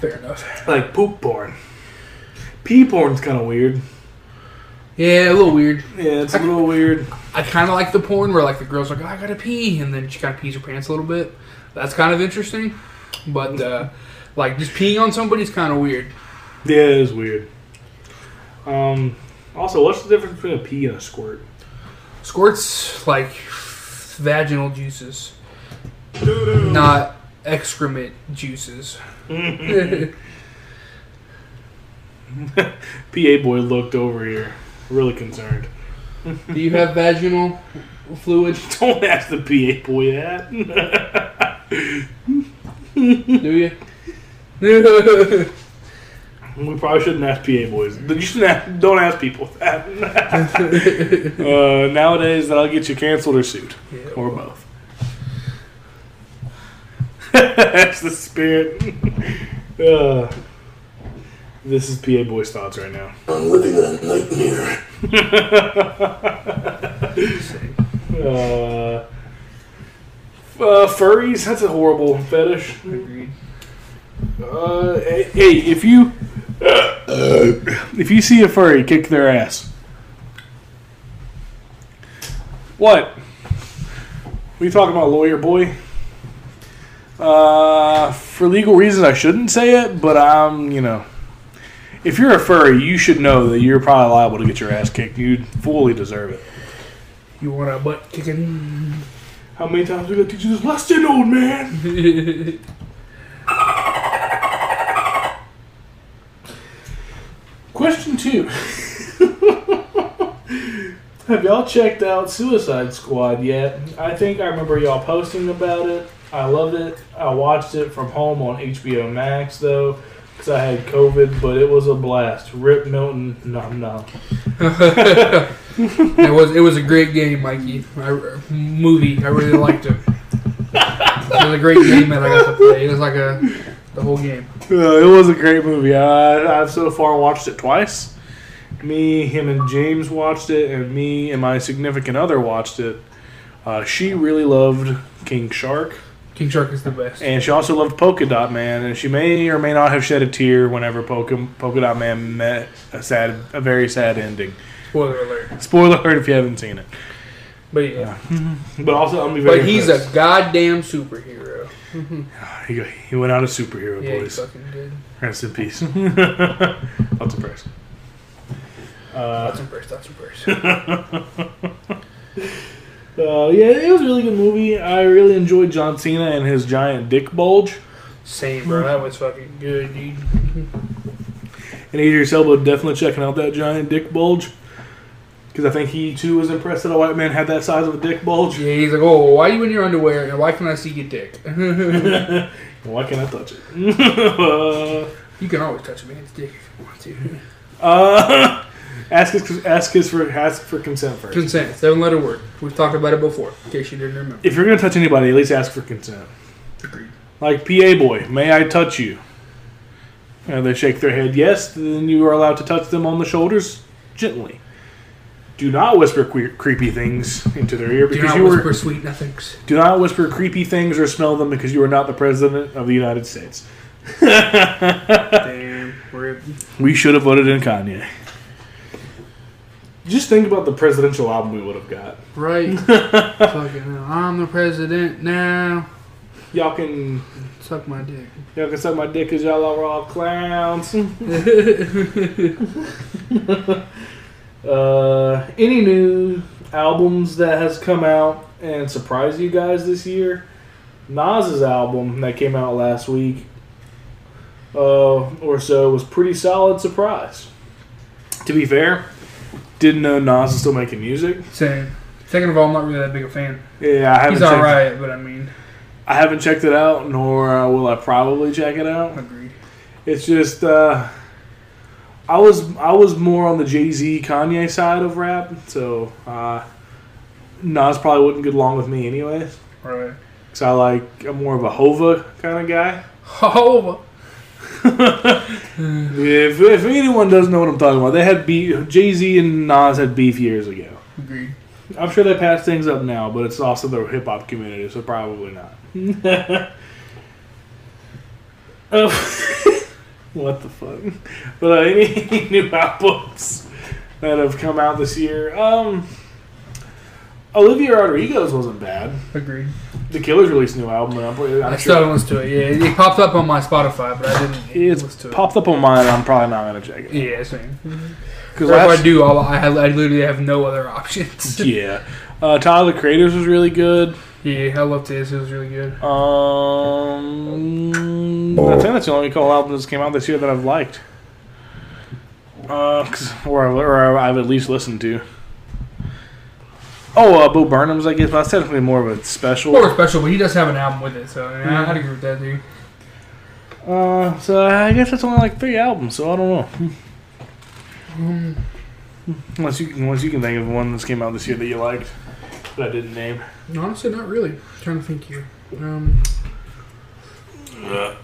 [SPEAKER 2] fair enough.
[SPEAKER 1] like poop porn. Pee porn's kind of weird.
[SPEAKER 2] Yeah, a little weird.
[SPEAKER 1] Yeah, it's a little weird.
[SPEAKER 2] I kind of like the porn where like the girl's like, "Oh, I gotta pee, and then she kind of pees her pants a little bit. That's kind of interesting, but uh, like just peeing on somebody's kind of weird.
[SPEAKER 1] Yeah, it is weird. Um, also, what's the difference between a pee and a squirt?
[SPEAKER 2] Squirts like vaginal juices, not excrement juices.
[SPEAKER 1] PA boy looked over here, really concerned.
[SPEAKER 2] Do you have vaginal fluid?
[SPEAKER 1] Don't ask the PA boy that.
[SPEAKER 2] Do you?
[SPEAKER 1] we probably shouldn't ask PA boys. You shouldn't ask, don't ask people that. uh, nowadays, that'll get you canceled or sued, or both. That's the spirit. uh, this is PA boy's thoughts right now.
[SPEAKER 4] I'm living a nightmare.
[SPEAKER 1] Uh, uh, furries, that's a horrible fetish.
[SPEAKER 2] Agreed.
[SPEAKER 1] Uh, hey, if you if you see a furry, kick their ass. What? We talking about lawyer boy? Uh, for legal reasons, I shouldn't say it, but I'm, you know, if you're a furry, you should know that you're probably liable to get your ass kicked. You fully deserve it.
[SPEAKER 2] You want a butt kicking?
[SPEAKER 1] How many times we gonna teach you this lesson, old man? Question two. Have y'all checked out Suicide Squad yet? I think I remember y'all posting about it. I loved it. I watched it from home on HBO Max though, because I had COVID, but it was a blast. Rip Milton, nom nom.
[SPEAKER 2] It was it was a great game, Mikey. I, movie, I really liked it. It was a great game that I got to play. It was like a the whole game.
[SPEAKER 1] Uh, it was a great movie. I, I've so far watched it twice. Me, him, and James watched it, and me and my significant other watched it. Uh, she really loved King Shark,
[SPEAKER 2] King Shark is the best.
[SPEAKER 1] and she also loved Polka Dot Man. And she may or may not have shed a tear whenever Polka, Polka Dot Man met a sad, a very sad ending.
[SPEAKER 2] Spoiler alert.
[SPEAKER 1] Spoiler alert if you haven't seen it.
[SPEAKER 2] But yeah,
[SPEAKER 1] But also, I'm be very.
[SPEAKER 2] but he's a
[SPEAKER 1] impressed.
[SPEAKER 2] goddamn superhero.
[SPEAKER 1] he, he went out a superhero,
[SPEAKER 2] Yeah, he
[SPEAKER 1] boys.
[SPEAKER 2] fucking did.
[SPEAKER 1] Rest in peace. That's impressed.
[SPEAKER 2] That's impressed. That's impressed.
[SPEAKER 1] Uh, yeah, it was a really good movie. I really enjoyed John Cena and his giant dick bulge.
[SPEAKER 2] Same, bro. That was fucking good, dude.
[SPEAKER 1] And Idris Elba definitely checking out that giant dick bulge. Because I think he too was impressed that a white man had that size of a dick bulge.
[SPEAKER 2] Yeah, he's like, oh, why are you in your underwear and why can I see your dick?
[SPEAKER 1] Why can't I touch it?
[SPEAKER 2] you can always touch a man's dick if you want to.
[SPEAKER 1] uh, ask us, ask us for ask for consent first.
[SPEAKER 2] Consent, seven letter word. We've talked about it before, in case you didn't remember.
[SPEAKER 1] If you're gonna touch anybody, at least ask for consent.
[SPEAKER 2] Agreed.
[SPEAKER 1] Like PA boy, may I touch you? And they shake their head yes. Then you are allowed to touch them on the shoulders gently. Do not whisper que- creepy things into their ear
[SPEAKER 2] Do
[SPEAKER 1] because
[SPEAKER 2] not
[SPEAKER 1] you
[SPEAKER 2] whisper
[SPEAKER 1] were
[SPEAKER 2] sweet nothings.
[SPEAKER 1] do not whisper creepy things or smell them because you are not the president of the United States.
[SPEAKER 2] Damn, rip.
[SPEAKER 1] We should have voted in Kanye. Just think about the presidential album we would have got.
[SPEAKER 2] Right. Fucking hell. I'm the president now.
[SPEAKER 1] Y'all can
[SPEAKER 2] Suck my dick.
[SPEAKER 1] y'all can suck my dick because y'all are all clowns. uh, any new albums that has come out and surprised you guys this year? Nas's album that came out last week uh, or so was pretty solid surprise. To be fair, didn't know Nas is still making music.
[SPEAKER 2] Same. Second of all, I'm not really that big a fan.
[SPEAKER 1] Yeah, I haven't.
[SPEAKER 2] He's
[SPEAKER 1] checked-
[SPEAKER 2] alright, but I mean,
[SPEAKER 1] I haven't checked it out, nor uh, will I probably check it out.
[SPEAKER 2] agreed.
[SPEAKER 1] It's just uh, I was I was more on the Jay Z Kanye side of rap, so uh, Nas probably wouldn't get along with me anyways.
[SPEAKER 2] Right.
[SPEAKER 1] Cause I like I'm more of a Hova kind of guy.
[SPEAKER 2] Oh,
[SPEAKER 1] If, if anyone doesn't know what I'm talking about, they had beef. Jay Z and Nas had beef years ago.
[SPEAKER 2] agreed.
[SPEAKER 1] I'm sure they pass things up now, but it's also the hip hop community, so probably not. Oh, what the fuck? But uh, any new albums that have come out this year? Um, Olivia Rodrigo's wasn't bad.
[SPEAKER 2] Agreed.
[SPEAKER 1] The Killers released a new album, and I'm, pretty- I'm
[SPEAKER 2] I still
[SPEAKER 1] sure
[SPEAKER 2] haven't listened to it. Yeah, it- it popped up on my Spotify, but I didn't
[SPEAKER 1] it's
[SPEAKER 2] listen to
[SPEAKER 1] popped up on mine. I'm probably not gonna check
[SPEAKER 2] it.
[SPEAKER 1] it
[SPEAKER 2] Yeah, same.
[SPEAKER 1] because
[SPEAKER 2] Or if I do, I'll, I, I literally have no other options.
[SPEAKER 1] yeah, uh, Tyler the Creators was really good.
[SPEAKER 2] yeah, I loved his. It was really good.
[SPEAKER 1] Um,
[SPEAKER 2] Oh.
[SPEAKER 1] I think that's the only Cole album that's came out this year that I've liked. Uh, 'cause- or, I've- or I've at least listened to. Oh, uh, Bo Burnham's, I guess, but that's technically more of a special.
[SPEAKER 2] More special, but he does have an album with it, so yeah, I'd agree with that, dude.
[SPEAKER 1] Uh, so I guess that's only like three albums, so I don't know. Hmm. Unless you can, unless you can think of one that's came out this year that you liked that I didn't name.
[SPEAKER 2] Honestly, not really. trying to think here. Um,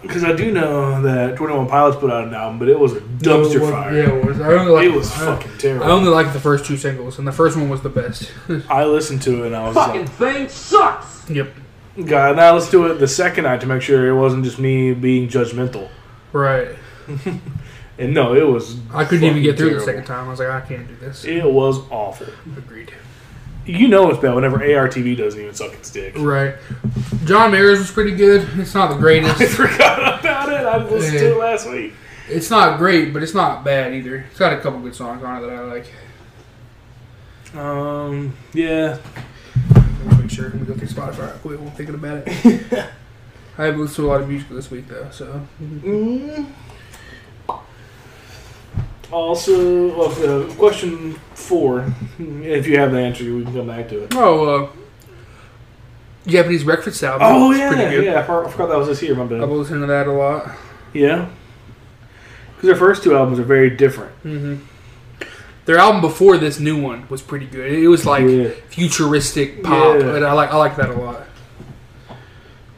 [SPEAKER 1] Because I do know that Twenty One Pilots put out an album, but it was a
[SPEAKER 2] no,
[SPEAKER 1] dumpster
[SPEAKER 2] it was-
[SPEAKER 1] fire.
[SPEAKER 2] Yeah, it was. I only like
[SPEAKER 1] It was fucking terrible.
[SPEAKER 2] I only liked the first two singles, and the first one was the best.
[SPEAKER 1] I listened to it and I was just
[SPEAKER 3] Fucking thing sucks.
[SPEAKER 2] yep.
[SPEAKER 1] like, God, and I listened to it the second night to make sure it wasn't just me being judgmental.
[SPEAKER 2] Right.
[SPEAKER 1] And no, it was.
[SPEAKER 2] I couldn't even
[SPEAKER 1] fucking
[SPEAKER 2] get through
[SPEAKER 1] terrible.
[SPEAKER 2] the second time. I was like, I can't do this.
[SPEAKER 1] It was awful.
[SPEAKER 2] Agreed.
[SPEAKER 1] You know it's bad whenever ARTV doesn't even suck its dick.
[SPEAKER 2] Right. John Mayer's was pretty good. It's not the
[SPEAKER 1] I
[SPEAKER 2] greatest.
[SPEAKER 1] forgot about it. I listened to it
[SPEAKER 2] Yeah.
[SPEAKER 1] last week.
[SPEAKER 2] it's not great, but it's not bad either. It's got a couple good songs on it that I like.
[SPEAKER 1] Um, yeah.
[SPEAKER 2] Let's make sure. Let me go through Spotify real quick while I'm thinking about it. I have listened to a lot of music this week, though, so.
[SPEAKER 1] Mm. Also, well, uh, question four. If you have the answer, we can come back to it.
[SPEAKER 2] Oh, uh, Japanese breakfast album.
[SPEAKER 1] Oh
[SPEAKER 2] It's
[SPEAKER 1] yeah,
[SPEAKER 2] pretty good.
[SPEAKER 1] yeah. I for- I forgot that was this year. My
[SPEAKER 2] I've
[SPEAKER 1] bad.
[SPEAKER 2] listened to that a lot.
[SPEAKER 1] Yeah. Because their first two albums are very different.
[SPEAKER 2] hmm Their album before this new one was pretty good. It was like
[SPEAKER 1] Yeah.
[SPEAKER 2] futuristic pop,
[SPEAKER 1] Yeah.
[SPEAKER 2] and I like I like that a lot.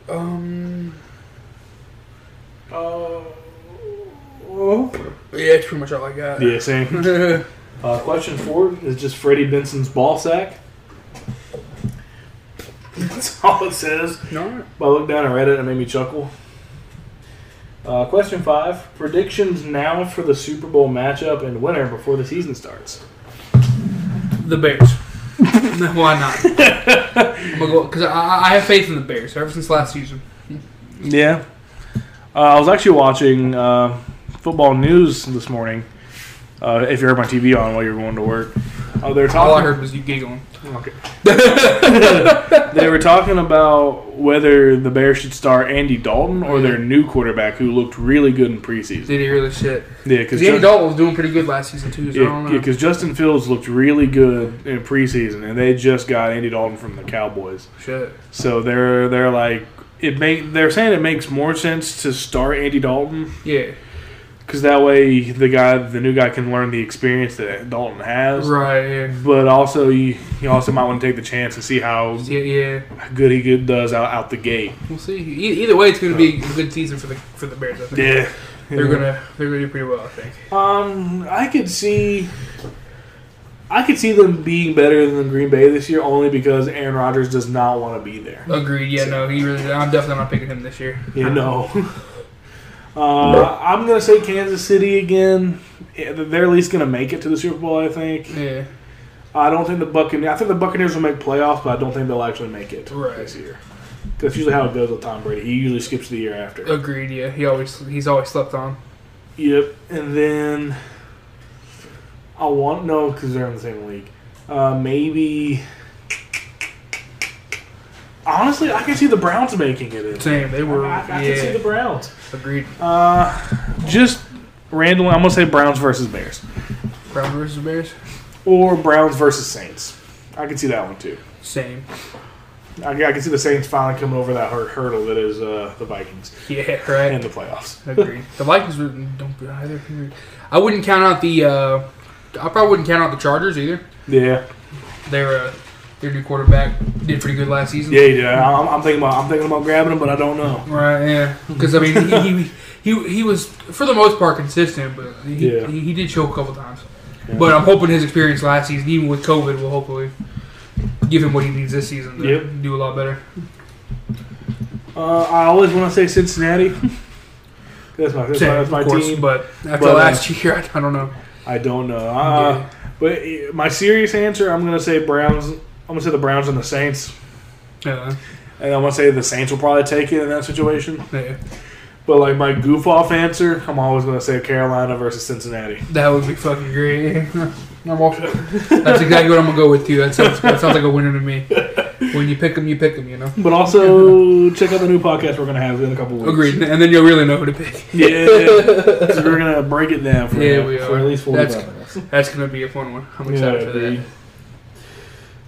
[SPEAKER 2] Um,
[SPEAKER 1] Uh, oh.
[SPEAKER 2] yeah, that's pretty much all I got.
[SPEAKER 1] Yeah, same. Uh, question four is just Freddie Benson's ball sack. That's all it says.
[SPEAKER 2] no,
[SPEAKER 1] But I looked down and read it and it made me chuckle. Uh, question five predictions now for the Super Bowl matchup and winner before the season starts.
[SPEAKER 2] the Bears. No, Why not? I'm gonna go because I, I I have faith in the Bears ever since last season.
[SPEAKER 1] Yeah. Uh, I was actually watching uh, football news this morning. Uh, if you heard my TV on while you were going to work, uh, they're
[SPEAKER 2] All I
[SPEAKER 1] talking.
[SPEAKER 2] heard was you giggling.
[SPEAKER 1] Okay. they were talking about whether the Bears should start Andy Dalton or their new quarterback, who looked really good in preseason.
[SPEAKER 2] Did he really shit?
[SPEAKER 1] Yeah, because
[SPEAKER 2] Because Andy Dalton was doing pretty good last season too. So I don't know.
[SPEAKER 1] because Justin Fields looked really good in preseason, and they just got Andy Dalton from the Cowboys.
[SPEAKER 2] shit.
[SPEAKER 1] So they're they're like it make they're saying it makes more sense to start Andy Dalton
[SPEAKER 2] Yeah.
[SPEAKER 1] because that way the guy the new guy can learn the experience that Dalton has.
[SPEAKER 2] Right. Yeah.
[SPEAKER 1] But also you, you also might want to take the chance and see how
[SPEAKER 2] Yeah, yeah.
[SPEAKER 1] good he good does out, out the gate.
[SPEAKER 2] We'll see. E- either way, it's going to be a good season for the for the Bears. I think.
[SPEAKER 1] Yeah.
[SPEAKER 2] They're gonna they're gonna do pretty well. I think.
[SPEAKER 1] Um, I could see, I could see them being better than Green Bay this year only because Aaron Rodgers does not want to be there.
[SPEAKER 2] Agreed. Yeah. No. He really. I'm definitely not picking him this year.
[SPEAKER 1] You know, uh, I'm gonna say Kansas City again. Yeah, They're at least gonna make it to the Super Bowl. I think.
[SPEAKER 2] Yeah.
[SPEAKER 1] I don't think the Buccaneers. I think the Buccaneers will make playoffs, but I don't think they'll actually make it
[SPEAKER 2] Right.
[SPEAKER 1] this year. That's usually how it goes with Tom Brady. He usually skips the year after.
[SPEAKER 2] Agreed. Yeah. He always he's always slept on.
[SPEAKER 1] Yep, and then I want no because they're in the same league. Uh, maybe. Honestly, I can see the Browns making it. In.
[SPEAKER 2] Same. They were.
[SPEAKER 1] I, I can see the
[SPEAKER 2] yeah.
[SPEAKER 1] Browns.
[SPEAKER 2] Agreed.
[SPEAKER 1] Uh, just randomly, I'm gonna say Browns versus Bears
[SPEAKER 2] Browns versus Bears.
[SPEAKER 1] or Browns versus Saints. I can see that one too.
[SPEAKER 2] Same.
[SPEAKER 1] I, I can see the Saints finally coming over that hur- hurdle that is uh, the Vikings
[SPEAKER 2] Yeah. Right.
[SPEAKER 1] and the playoffs.
[SPEAKER 2] Agreed. the Vikings were, don't be either. I wouldn't count out the. Uh, I probably wouldn't count out the Chargers either.
[SPEAKER 1] Yeah,
[SPEAKER 2] Their uh, their new quarterback did pretty good last season.
[SPEAKER 1] yeah, yeah. I'm, I'm thinking about I'm thinking about grabbing them, but I don't know.
[SPEAKER 2] Right. Yeah. Because I mean, he, he he he was for the most part consistent, but he
[SPEAKER 1] Yeah.
[SPEAKER 2] he, he did choke a couple times. But I'm hoping his experience last season, even with COVID, will hopefully give him what he needs this season to
[SPEAKER 1] Yep.
[SPEAKER 2] do a lot better.
[SPEAKER 1] Uh, I always want to say Cincinnati. that's my that's my,
[SPEAKER 2] Same,
[SPEAKER 1] that's my
[SPEAKER 2] of course,
[SPEAKER 1] team.
[SPEAKER 2] but after
[SPEAKER 1] But, uh,
[SPEAKER 2] last year, I, I don't know.
[SPEAKER 1] I don't know. Uh, But uh, my serious answer, I'm gonna say Browns. I'm gonna say the Browns and the Saints,
[SPEAKER 2] Uh,
[SPEAKER 1] and I'm gonna say the Saints will probably take it in that situation.
[SPEAKER 2] yeah,
[SPEAKER 1] But like my goof off answer, I'm always gonna say Carolina versus Cincinnati.
[SPEAKER 2] that would be fucking great. I'm all- that's exactly what I'm gonna go with too. That sounds that sounds like a winner to me. When you pick them, you pick them. You know.
[SPEAKER 1] But also check out the new podcast we're gonna have in a couple weeks.
[SPEAKER 2] Agreed, and then you'll really know who to pick.
[SPEAKER 1] Yeah, 'Cause we're gonna break it down for,
[SPEAKER 2] Yeah, we
[SPEAKER 1] for
[SPEAKER 2] are.
[SPEAKER 1] at least four
[SPEAKER 2] That's-
[SPEAKER 1] minutes.
[SPEAKER 2] That's gonna be a fun one. I'm excited for that.
[SPEAKER 1] agreed.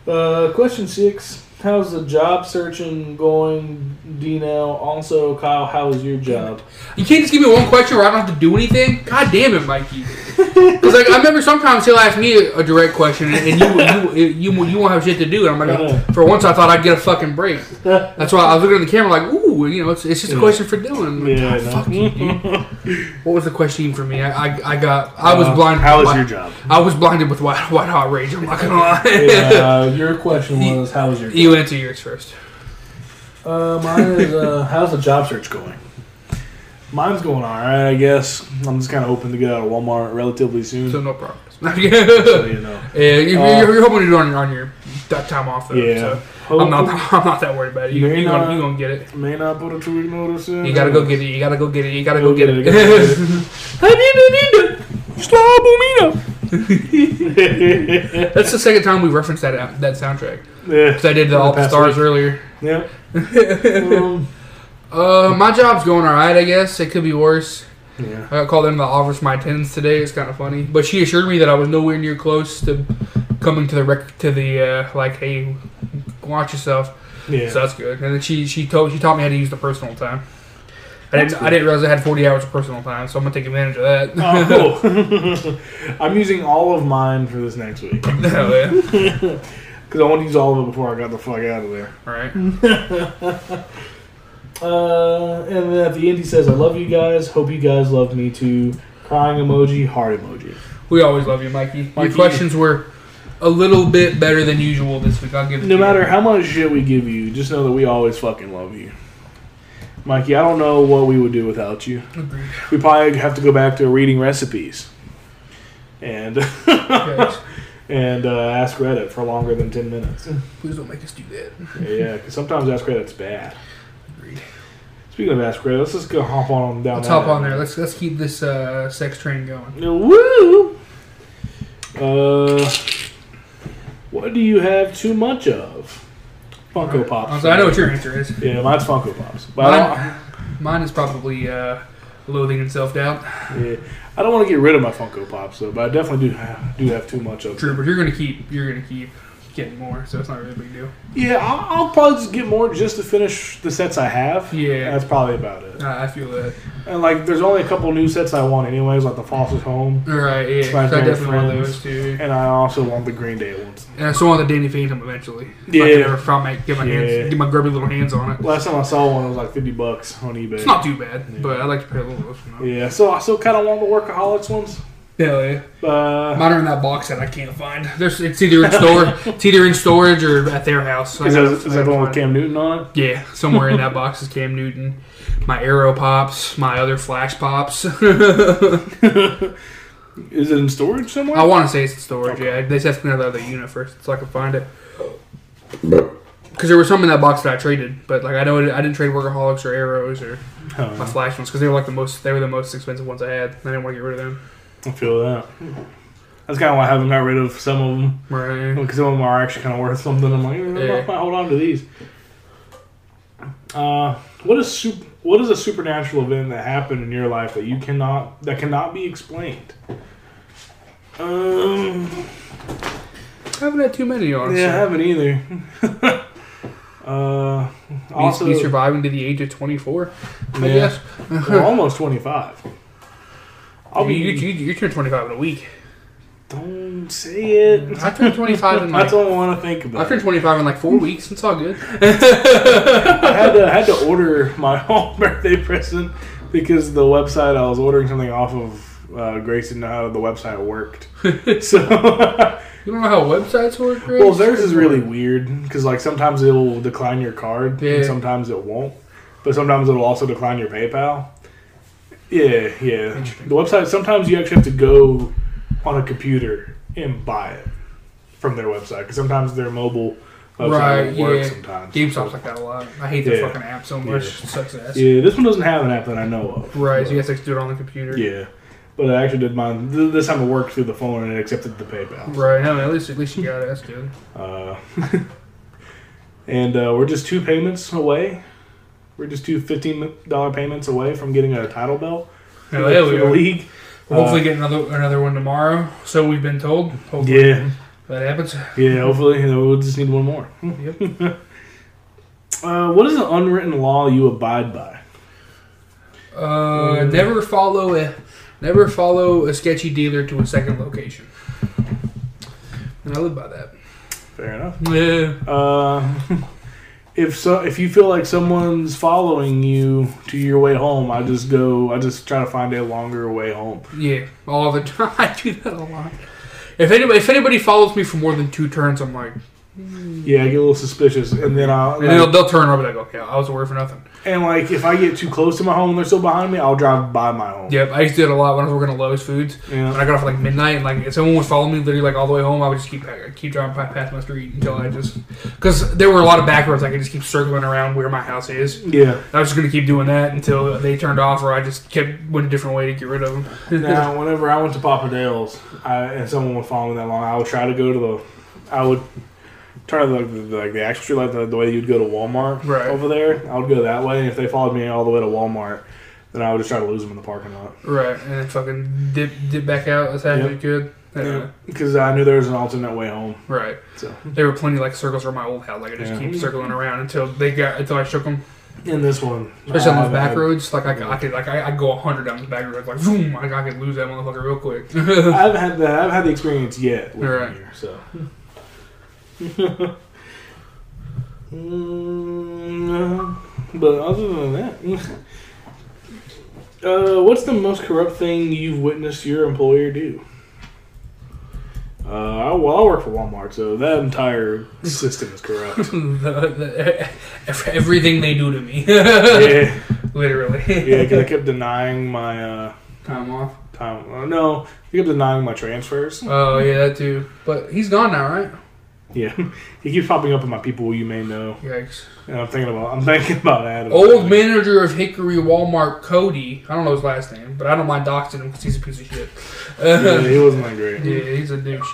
[SPEAKER 1] Uh, question six: How's the job searching going, Dino? Also, Kyle, how is your job?
[SPEAKER 2] You can't just give me one question where I don't have to do anything. God damn it, Mikey. Because like I remember sometimes he'll ask me a direct question and and you you you, you won't have shit to do. And I'm like, for once I thought I'd get a fucking break. That's why I was looking at the camera like, ooh, you know, it's, it's just a question for Dylan. Like,
[SPEAKER 1] Yeah,
[SPEAKER 2] "Ah,
[SPEAKER 1] I know.
[SPEAKER 2] fuck you, dude." What was the question even for me? I I, I got I was
[SPEAKER 1] Uh,
[SPEAKER 2] blind.
[SPEAKER 1] How
[SPEAKER 2] by-
[SPEAKER 1] is your job?
[SPEAKER 2] I was blinded with white white hot rage. I'm not gonna lie.
[SPEAKER 1] Yeah, uh, your question was how is your job?
[SPEAKER 2] You answer yours first.
[SPEAKER 1] Uh, mine is uh, how's the job search going? Mine's going all right, I guess. I'm just kind of hoping to get out of Walmart relatively soon.
[SPEAKER 2] So
[SPEAKER 1] So,
[SPEAKER 2] no progress.
[SPEAKER 1] you know,
[SPEAKER 2] Yeah, you-
[SPEAKER 1] Uh,
[SPEAKER 2] you're, you're hoping to do it on, on your that time off though.
[SPEAKER 1] yeah.
[SPEAKER 2] So.
[SPEAKER 1] Hope-
[SPEAKER 2] I'm not. I'm not that worried about it. You,
[SPEAKER 1] You're
[SPEAKER 2] you, gonna,
[SPEAKER 1] not-
[SPEAKER 2] you gonna get it.
[SPEAKER 1] may not put a two week notice in.
[SPEAKER 2] You gotta go get it. You gotta go get it. You gotta
[SPEAKER 1] Go
[SPEAKER 2] go get
[SPEAKER 1] get
[SPEAKER 2] it.
[SPEAKER 1] it,
[SPEAKER 2] That's the second time we referenced that out, that soundtrack.
[SPEAKER 1] yeah,
[SPEAKER 2] Cause I did the All the
[SPEAKER 1] Past
[SPEAKER 2] Stars earlier.
[SPEAKER 1] yeah. Um,
[SPEAKER 2] Uh, my job's going all right. I guess it could be worse.
[SPEAKER 1] yeah.
[SPEAKER 2] I got called into the office for my attendance today. It's kind of funny, but she assured me that I was nowhere near close to coming to the rec- to the uh, like, hey, watch yourself.
[SPEAKER 1] Yeah.
[SPEAKER 2] So that's good. And then she she told she taught me how to use the personal time. I
[SPEAKER 1] That's
[SPEAKER 2] didn't, I didn't realize I had 40 hours of personal time, so I'm gonna take advantage of that.
[SPEAKER 1] Oh, cool. I'm using all of mine for this next week
[SPEAKER 2] Hell yeah.
[SPEAKER 1] because I want to use all of it before I got the fuck out of there.
[SPEAKER 2] All right.
[SPEAKER 1] Uh, and then at the end, he says, "I love you guys. Hope you guys love me too." Crying emoji, heart emoji.
[SPEAKER 2] We always love you, Mikey.
[SPEAKER 1] Mikey.
[SPEAKER 2] Your questions were a little bit better than usual this week. I'll give it
[SPEAKER 1] No
[SPEAKER 2] to you.
[SPEAKER 1] matter how much shit we give you, just know that we always fucking love you, Mikey. I don't know what we would do without you.
[SPEAKER 2] Agreed.
[SPEAKER 1] We probably have to go back to reading recipes and
[SPEAKER 2] Yes.
[SPEAKER 1] and uh, ask Reddit for longer than ten minutes.
[SPEAKER 2] Please don't make us do that.
[SPEAKER 1] Yeah, because sometimes Ask Reddit's bad.
[SPEAKER 2] Agreed.
[SPEAKER 1] Speaking of Ask Reddit, let's just go hop on down.
[SPEAKER 2] Let's
[SPEAKER 1] that
[SPEAKER 2] hop on
[SPEAKER 1] alley.
[SPEAKER 2] there. Let's let's keep this uh, sex train going.
[SPEAKER 1] Woo! Uh, what What do you have too much of? Funko Pops.
[SPEAKER 2] Uh, I know what your answer is.
[SPEAKER 1] Yeah, mine's Funko Pops. But I don't,
[SPEAKER 2] Mine, mine is probably uh, loathing and self doubt.
[SPEAKER 1] Yeah, I don't want to get rid of my Funko Pops though, but I definitely do do have too much of.
[SPEAKER 2] True,
[SPEAKER 1] Them.
[SPEAKER 2] but you're gonna keep you're gonna keep getting more, so it's not really a big deal.
[SPEAKER 1] Yeah, I'll, I'll probably just get more just to finish the sets I have.
[SPEAKER 2] Yeah.
[SPEAKER 1] that's probably about it.
[SPEAKER 2] I I feel that.
[SPEAKER 1] And like, there's only a couple new sets I want anyways, like the Foster's Home,
[SPEAKER 2] All right, yeah.
[SPEAKER 1] Right,
[SPEAKER 2] so I
[SPEAKER 1] very
[SPEAKER 2] definitely want
[SPEAKER 1] friends.
[SPEAKER 2] those too.
[SPEAKER 1] and I also want the Green Day ones.
[SPEAKER 2] And I still want the Danny Phantom eventually. If I
[SPEAKER 1] Yeah.
[SPEAKER 2] can ever find my, get my
[SPEAKER 1] Yeah.
[SPEAKER 2] hands, get my grubby little hands on it.
[SPEAKER 1] Last time I saw one, it was like fifty bucks on eBay.
[SPEAKER 2] It's not too bad, but I like to pay a little less. for them.
[SPEAKER 1] yeah, so I still kind of want the Workaholics ones.
[SPEAKER 2] Hell yeah.
[SPEAKER 1] Uh,
[SPEAKER 2] Mine are in that box that I can't find. There's, it's either in store, it's either in storage or at their house. I
[SPEAKER 1] is that,
[SPEAKER 2] gotta-
[SPEAKER 1] is
[SPEAKER 2] I
[SPEAKER 1] that
[SPEAKER 2] gotta
[SPEAKER 1] the one with
[SPEAKER 2] find
[SPEAKER 1] Cam Newton on it?
[SPEAKER 2] it. Yeah, somewhere in that box is Cam Newton, my Arrow pops, my other Flash pops. I
[SPEAKER 1] Is it in storage somewhere?
[SPEAKER 2] want to say it's in storage. Yeah, they just have to clean out the other unit first, so I can find it. Because there were some in that box that I traded, but like I know I didn't trade Workaholics or Arrows or my
[SPEAKER 1] Oh,
[SPEAKER 2] Flash ones because they were like the most they were the most expensive ones I had. and I didn't want to get rid of them.
[SPEAKER 1] I feel that. That's kind of why I haven't got rid of some of them.
[SPEAKER 2] Right.
[SPEAKER 1] because some of them are actually kind of worth something. I'm like, eh,
[SPEAKER 2] Yeah.
[SPEAKER 1] I might hold on to these. Uh, what is sup- What is a supernatural event that happened in your life that you cannot that cannot be explained? Um,
[SPEAKER 2] I haven't had too many on.
[SPEAKER 1] yeah, I haven't either. uh, also,
[SPEAKER 2] me, me surviving to the age of twenty four. I
[SPEAKER 1] Yeah.
[SPEAKER 2] guess.
[SPEAKER 1] we're almost 25. I'll be.
[SPEAKER 2] you, you, you, you turn twenty five in a week.
[SPEAKER 1] don't say it.
[SPEAKER 2] I turned twenty five in
[SPEAKER 1] That's
[SPEAKER 2] like
[SPEAKER 1] all I want to think
[SPEAKER 2] I
[SPEAKER 1] about.
[SPEAKER 2] turned twenty five in like four weeks. It's all good.
[SPEAKER 1] I had to I had to order my own birthday present because the website I was ordering something off of uh, Grace didn't know how the website worked. so
[SPEAKER 2] You don't know how websites work, Grace?
[SPEAKER 1] well, theirs is really weird because like sometimes it will decline your card
[SPEAKER 2] Yeah.
[SPEAKER 1] and sometimes it won't, but sometimes it'll also decline your PayPal. Yeah, yeah. The website sometimes you actually have to go on a computer and buy it from their website because sometimes their mobile website
[SPEAKER 2] right.
[SPEAKER 1] won't work
[SPEAKER 2] Yeah.
[SPEAKER 1] sometimes.
[SPEAKER 2] GameStop's like that a lot. I hate their
[SPEAKER 1] Yeah.
[SPEAKER 2] fucking app so much. It sucks ass.
[SPEAKER 1] Yeah, this one doesn't have an app that I know of.
[SPEAKER 2] Right. So you guys have to do it on the computer.
[SPEAKER 1] Yeah, but I actually did mine. th- This time it worked through the phone and it accepted the PayPal.
[SPEAKER 2] Right. No, at least at least you got it. That's good.
[SPEAKER 1] Uh, and uh, we're just two payments away. We're just two fifteen dollar payments away from getting a title belt
[SPEAKER 2] Hell yeah, we
[SPEAKER 1] for the
[SPEAKER 2] are.
[SPEAKER 1] league. Uh,
[SPEAKER 2] We'll Hopefully, get another another one tomorrow. So we've been told. Hopefully
[SPEAKER 1] Yeah,
[SPEAKER 2] that happens.
[SPEAKER 1] yeah. Hopefully, you know, we'll just need one more.
[SPEAKER 2] Yep.
[SPEAKER 1] Uh, what is an unwritten law you abide by?
[SPEAKER 2] Uh, never follow a never follow a sketchy dealer to a second location. And I live by that.
[SPEAKER 1] Fair enough.
[SPEAKER 2] Yeah.
[SPEAKER 1] Uh, if so, if you feel like someone's following you to your way home, I just go. I just try to find a longer way home.
[SPEAKER 2] Yeah. All the time. I do that a lot. If anybody if anybody follows me for more than two turns, I'm like,
[SPEAKER 1] Yeah, I get a little suspicious, and then I'll
[SPEAKER 2] and
[SPEAKER 1] like-
[SPEAKER 2] they'll, they'll turn over like, okay, I was away for nothing.
[SPEAKER 1] And like, if I get too close to my home and they're still behind me, I'll drive by my home.
[SPEAKER 2] Yep. I used to do it a lot when I was working at Lowe's Foods.
[SPEAKER 1] Yeah.
[SPEAKER 2] When I got off at like midnight, and like if someone would follow me literally like all the way home, I would just keep I keep driving pa- past my street until I just because there were a lot of back roads. I could just keep circling around where my house is.
[SPEAKER 1] Yeah.
[SPEAKER 2] I was just gonna keep doing that until they turned off, or I just kept went a different way to get rid of them.
[SPEAKER 1] Now, whenever I went to Papa Dale's, I, and someone would follow me that long, I would try to go to the, I would try to like the, like the actual street, like the, the way you'd go to Walmart
[SPEAKER 2] Right.
[SPEAKER 1] over there. I would go that way, and if they followed me all the way to Walmart, then I would just try to lose them in the parking lot
[SPEAKER 2] right, and then fucking dip dip back out as fast as
[SPEAKER 1] Yep.
[SPEAKER 2] you could. Uh,
[SPEAKER 1] because I knew there was an alternate way home.
[SPEAKER 2] Right,
[SPEAKER 1] So,
[SPEAKER 2] there were plenty like circles around my old house. Like I just
[SPEAKER 1] Yeah.
[SPEAKER 2] keep circling around until they got until I shook them.
[SPEAKER 1] in this one,
[SPEAKER 2] Especially on
[SPEAKER 1] I
[SPEAKER 2] those back
[SPEAKER 1] had-
[SPEAKER 2] roads, like I, could- I could like I, I go hundred down the back roads, like boom, I, I could lose that motherfucker real quick.
[SPEAKER 1] I haven't had the I haven't had the experience yet living
[SPEAKER 2] Right.
[SPEAKER 1] here, so. Mm, but other than that, uh, what's the most corrupt thing you've witnessed your employer do? Uh, I- well, I work for Walmart, so that entire system is corrupt.
[SPEAKER 2] The- the- ev- everything they do to me,
[SPEAKER 1] yeah,
[SPEAKER 2] literally.
[SPEAKER 1] yeah, because I kept denying my uh,
[SPEAKER 2] Time off.
[SPEAKER 1] time. Uh, no, I kept denying my transfers.
[SPEAKER 2] Oh yeah, that too. But he's gone now, right?
[SPEAKER 1] Yeah, he keeps popping up in my people you may know.
[SPEAKER 2] Yikes.
[SPEAKER 1] And I'm thinking about I'm thinking about Adam.
[SPEAKER 2] Old manager of Hickory Walmart, Cody. I don't know his last name, but I don't mind doxing him because he's a piece of shit.
[SPEAKER 1] Yeah,
[SPEAKER 2] Uh,
[SPEAKER 1] he wasn't that great.
[SPEAKER 2] yeah, he's a douche.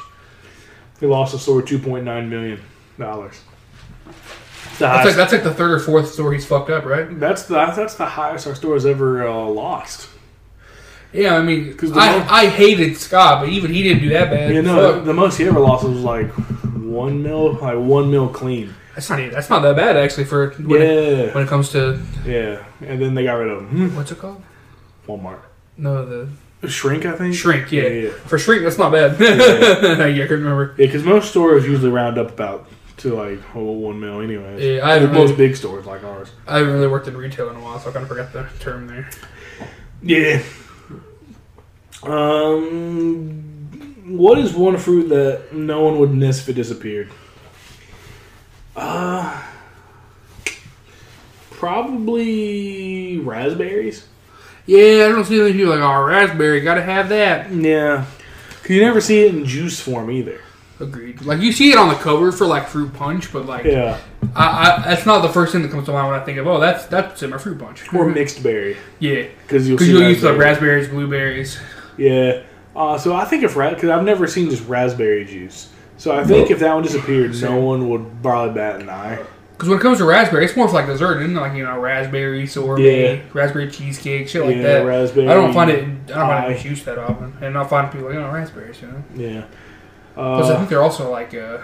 [SPEAKER 1] They lost a store two point nine million dollars. The
[SPEAKER 2] That's like
[SPEAKER 1] highest,
[SPEAKER 2] that's like the third or fourth story he's fucked up, right?
[SPEAKER 1] that's the that's the highest our store has ever uh, lost.
[SPEAKER 2] Yeah, I mean,
[SPEAKER 1] 'Cause the most-
[SPEAKER 2] I, I hated Scott, but even he didn't do that bad.
[SPEAKER 1] You know,
[SPEAKER 2] Fuck.
[SPEAKER 1] the most he ever lost was like one mil, like one mil clean.
[SPEAKER 2] that's not even, that's not that bad actually for when, it,
[SPEAKER 1] Yeah,
[SPEAKER 2] when it comes to
[SPEAKER 1] yeah. And then they got rid of him. Hmm.
[SPEAKER 2] what's it called?
[SPEAKER 1] Walmart
[SPEAKER 2] No, the
[SPEAKER 1] shrink, I think.
[SPEAKER 2] shrink. Yeah,
[SPEAKER 1] yeah.
[SPEAKER 2] for shrink, that's not bad. yeah, I couldn't remember.
[SPEAKER 1] Yeah, because most stores usually round up about to like oh, one mil, anyways.
[SPEAKER 2] Yeah, I haven't
[SPEAKER 1] most
[SPEAKER 2] really-
[SPEAKER 1] big stores like ours.
[SPEAKER 2] I haven't really worked in retail in a while, so I kind of forgot the term there.
[SPEAKER 1] Yeah. Um, what is one fruit that no one would miss if it disappeared? Uh, probably raspberries.
[SPEAKER 2] Yeah, I don't see many people like, oh, raspberry, gotta have that.
[SPEAKER 1] Yeah, 'Cause you never see it in juice form either.
[SPEAKER 2] Agreed. Like you see it on the cover for like fruit punch, but like
[SPEAKER 1] Yeah,
[SPEAKER 2] I, I, that's not the first thing that comes to mind when I think of oh that's that's in my fruit punch.
[SPEAKER 1] or mixed berry
[SPEAKER 2] yeah,
[SPEAKER 1] because you'll
[SPEAKER 2] because
[SPEAKER 1] see
[SPEAKER 2] you'll use like
[SPEAKER 1] raspberry.
[SPEAKER 2] raspberries, blueberries.
[SPEAKER 1] Yeah. Uh, so I think if because I've never seen just raspberry juice, so I think if that one disappeared, no one would probably bat an eye.
[SPEAKER 2] Because when it comes to raspberry, it's more of like dessert, isn't it? Like you know raspberry sorbet,
[SPEAKER 1] Yeah.
[SPEAKER 2] raspberry cheesecake, shit like
[SPEAKER 1] Yeah,
[SPEAKER 2] that.
[SPEAKER 1] raspberry
[SPEAKER 2] I don't find it. I don't
[SPEAKER 1] pie.
[SPEAKER 2] find it in juice that often, and I find people like oh raspberries, you know.
[SPEAKER 1] Yeah.
[SPEAKER 2] Plus, I
[SPEAKER 1] Uh,
[SPEAKER 2] think they're also like uh,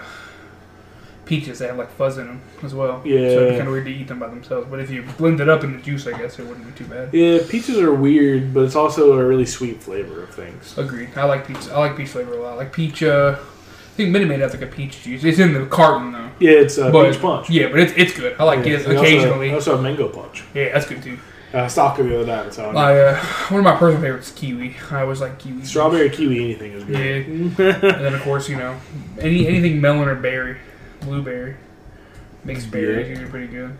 [SPEAKER 2] peaches. They have like fuzz in them as well. so
[SPEAKER 1] Yeah.
[SPEAKER 2] it's kind of weird to eat them by themselves. But if you blend it up in the juice, I guess it wouldn't be too bad.
[SPEAKER 1] yeah, peaches are weird, but it's also a really sweet flavor of things.
[SPEAKER 2] Agreed. I like peach. I like peach flavor a lot. Like peach. Uh, I think Minute Maid has like a peach juice. It's in the carton though.
[SPEAKER 1] Yeah, it's uh,
[SPEAKER 2] But-
[SPEAKER 1] peach punch.
[SPEAKER 2] Yeah, but it's, it's good. I like
[SPEAKER 1] Yeah,
[SPEAKER 2] it
[SPEAKER 1] and also-
[SPEAKER 2] occasionally.
[SPEAKER 1] Also, a mango punch.
[SPEAKER 2] yeah, that's good too.
[SPEAKER 1] Uh, stock it the other night. So
[SPEAKER 2] My uh, one of my personal favorites is kiwi. I always like kiwi.
[SPEAKER 1] strawberry, kiwi, anything is good. Yeah.
[SPEAKER 2] And then of course you know any anything melon or berry, blueberry, mixed berries
[SPEAKER 1] Yeah.
[SPEAKER 2] usually pretty good.